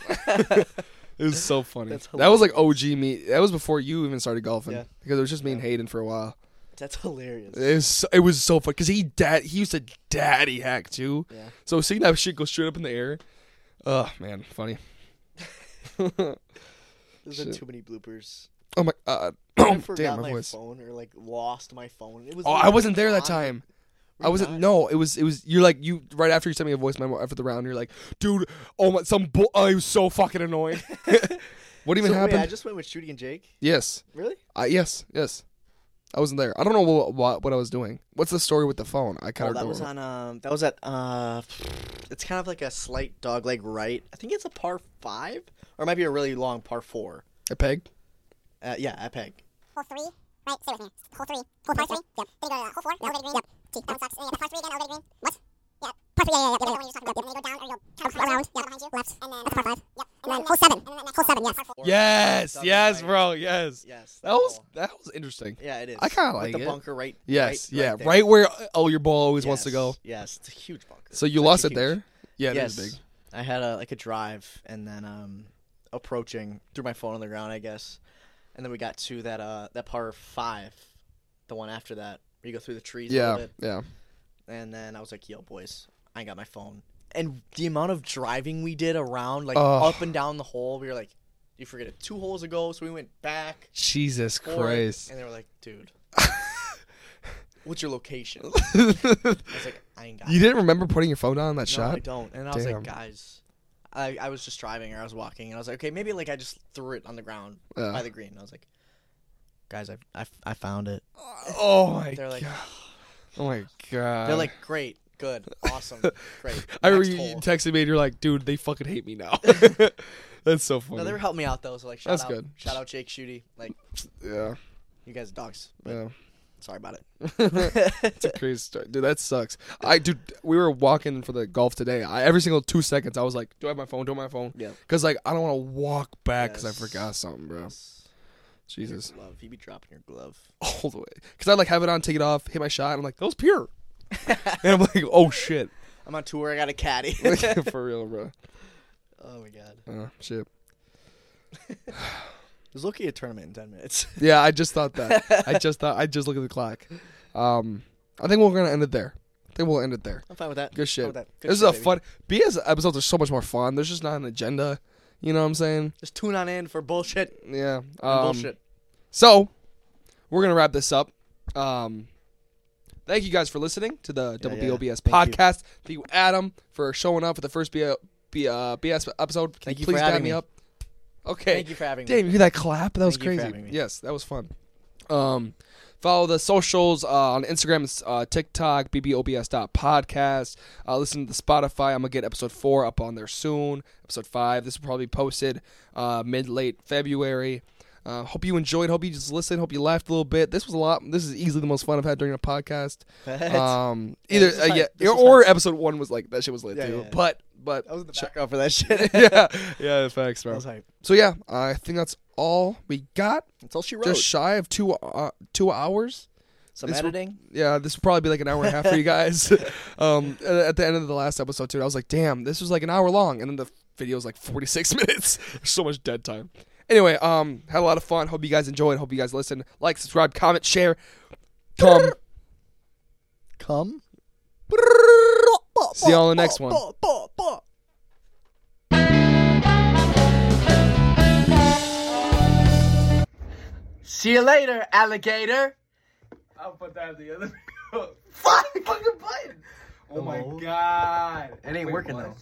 B: It was so funny.
A: That's
B: that was like OG me. That was before you even started golfing
A: Yeah.
B: because it was just me and Hayden for a while.
A: That's hilarious.
B: It was so, it was so fun because he dad he used to daddy hack too.
A: Yeah.
B: So seeing that shit go straight up in the air, oh man, funny.
A: There's been
B: shit.
A: too many bloopers.
B: Oh my, uh,
A: I forgot
B: damn my
A: my
B: voice.
A: phone or like lost my phone. It was
B: Oh, I
A: literally
B: wasn't there that
A: on-
B: time.
A: Were
B: I
A: you
B: wasn't.
A: not?
B: No, it was. It was. You're like you right after you sent me a voice memo after the round. You're like, dude, oh my, some. Bu- oh, he was so fucking annoying. what even
A: So,
B: happened?
A: Wait, I just went with Shooty and Jake.
B: yes.
A: Really?
B: I yes, yes. I wasn't there. I don't know what, what, what I was doing. What's the story with the phone? I kind
A: Oh,
B: of
A: that was on um that was at uh it's kind of like a slight dog leg right. I think it's a par 5 or it might be a really long par 4.
B: a peg.
A: Uh, yeah, at Peg.
J: hole three. Right, stay with me. Hole three. Hole par three. Yep. Then you go to uh, hole four. Elevated green. Yep. Gee, that one sucks. Then you go to par three again. Elevated green. What? Yeah. Par three. Yeah, yeah, yeah. yeah, yeah. The one you were just talking about. Yep. Then you go down or you go turn around. Yep. Behind you. Left. And then that's par five. Yep. And then hole seven. And then hole seven. Yes.
B: Yes,
A: Dog leg
B: yes,
A: right.
B: bro, yes.
A: Yes.
B: That was
A: hole.
B: that was interesting.
A: Yeah, it is.
B: I kinda
A: With
B: like
A: the
B: it.
A: bunker right.
B: Yes,
A: right,
B: yeah,
A: right,
B: right,
A: there.
B: where oh your ball always wants to
A: Yes,
B: go.
A: Yes, it's a huge bunker.
B: So you
A: It's
B: lost it
A: actually huge.
B: there. Yeah, it is
A: yes.
B: big.
A: I had a like a drive and then um approaching threw my phone on the ground, I guess. And then we got to that uh that par five, the one after that, where you go through the trees a little
B: Yeah,
A: bit.
B: yeah.
A: And then I was like, yo boys, I ain't got my phone. And the amount of driving we did around, like
B: Ugh.
A: up and down the hole, we were like, you forget it two holes ago, so we went back.
B: Jesus
A: forward,
B: Christ.
A: And they were like, dude, what's your location? I was like, I ain't got
B: You
A: it.
B: didn't remember putting your phone down on that
A: No,
B: shot?
A: I don't. And I was
B: Damn.
A: like, guys, I, I was just driving or I was walking, and I was like, okay, maybe like I just threw it on the ground
B: Yeah.
A: by the green. And I was like, guys, I, I, I found it.
B: Oh my
A: They're like,
B: god. Oh my god.
A: they're like, great, good, awesome, great.
B: I remember
A: next
B: you, you
A: hole."
B: texted me and you're like, dude, they fucking hate me now. That's so funny.
A: No, they were helping me out though. So like, shout
B: That's
A: out,
B: good.
A: shout out Jake Shooty. Like,
B: yeah.
A: you guys are dogs.
B: Yeah.
A: Sorry about it.
B: It's a crazy story. Dude, that sucks. I dude, we were walking for the golf today. I, every single two seconds I was like, Do I have my phone? Do I have my phone?
A: Yeah.
B: Cause like I don't want to walk back because
A: Yes.
B: I forgot something, bro. Jesus.
A: Glove. You be dropping your glove.
B: all the way. Because I like have it on, take it off, hit my shot, and I'm like, that was pure. and I'm like, oh shit.
A: I'm on tour. I got a caddy.
B: For real, bro.
A: oh my god. I
B: Uh, shit.
A: was looking at a tournament in ten minutes.
B: Yeah, I just thought that. I just thought, I just look at the clock. Um, I think we're going to end it there. I think we'll end it there.
A: I'm fine with that.
B: Good shit.
A: Fine with that. Good
B: this is
A: shit,
B: a
A: baby.
B: fun. BS episodes are so much more fun. There's just not an agenda. You know what I'm saying?
A: Just tune on in for bullshit. and
B: Yeah. Um,
A: bullshit.
B: So, we're gonna wrap this up. Um, thank you guys for listening to the Double
A: yeah.
B: BOBS
A: Thank you.
B: podcast. Thank you, Adam, for showing up for the first B- B- uh, BS episode. Can
A: Thank you for
B: please
A: having
B: me
A: me.
B: up? Okay.
A: Thank you for having me.
B: Damn, you hear that clap? That was
A: Thank you for
B: crazy.
A: having me.
B: Yes, that was fun. Um, follow the socials uh, on Instagram, uh, TikTok, bbobs.podcast. Uh, listen to the Spotify. I'm going to get episode four up on there soon. Episode five. This will probably be posted uh, mid late February. Uh, hope you enjoyed. Hope you just listened. Hope you laughed a little bit. This was a lot. This is easily the most fun I've had during a podcast. Um, either
A: this was
B: uh,
A: fun.
B: yeah,
A: This was
B: or episode one was like that shit was lit
A: Yeah,
B: too.
A: yeah, yeah.
B: But but
A: I was in the background for that shit.
B: yeah, yeah, facts, bro.
A: I was hype.
B: So yeah, I think that's all we got.
A: That's all she wrote.
B: Just shy of two uh, two hours.
A: Some
B: this will-
A: editing.
B: Yeah, this will probably be like an hour and a half for you guys. um, uh, at the end of the last episode too, I was like, damn, this was like an hour long, and then the video is like forty six minutes. There's so much dead time. Anyway, um, had a lot of fun. Hope you guys enjoyed. Hope you guys listen, like, subscribe, comment, share. Come.
A: Come.
B: See y'all in the next one.
E: See you later, alligator.
G: I'll put that at the other.
E: Fuck! Fucking button.
G: oh my god.
E: It ain't working though.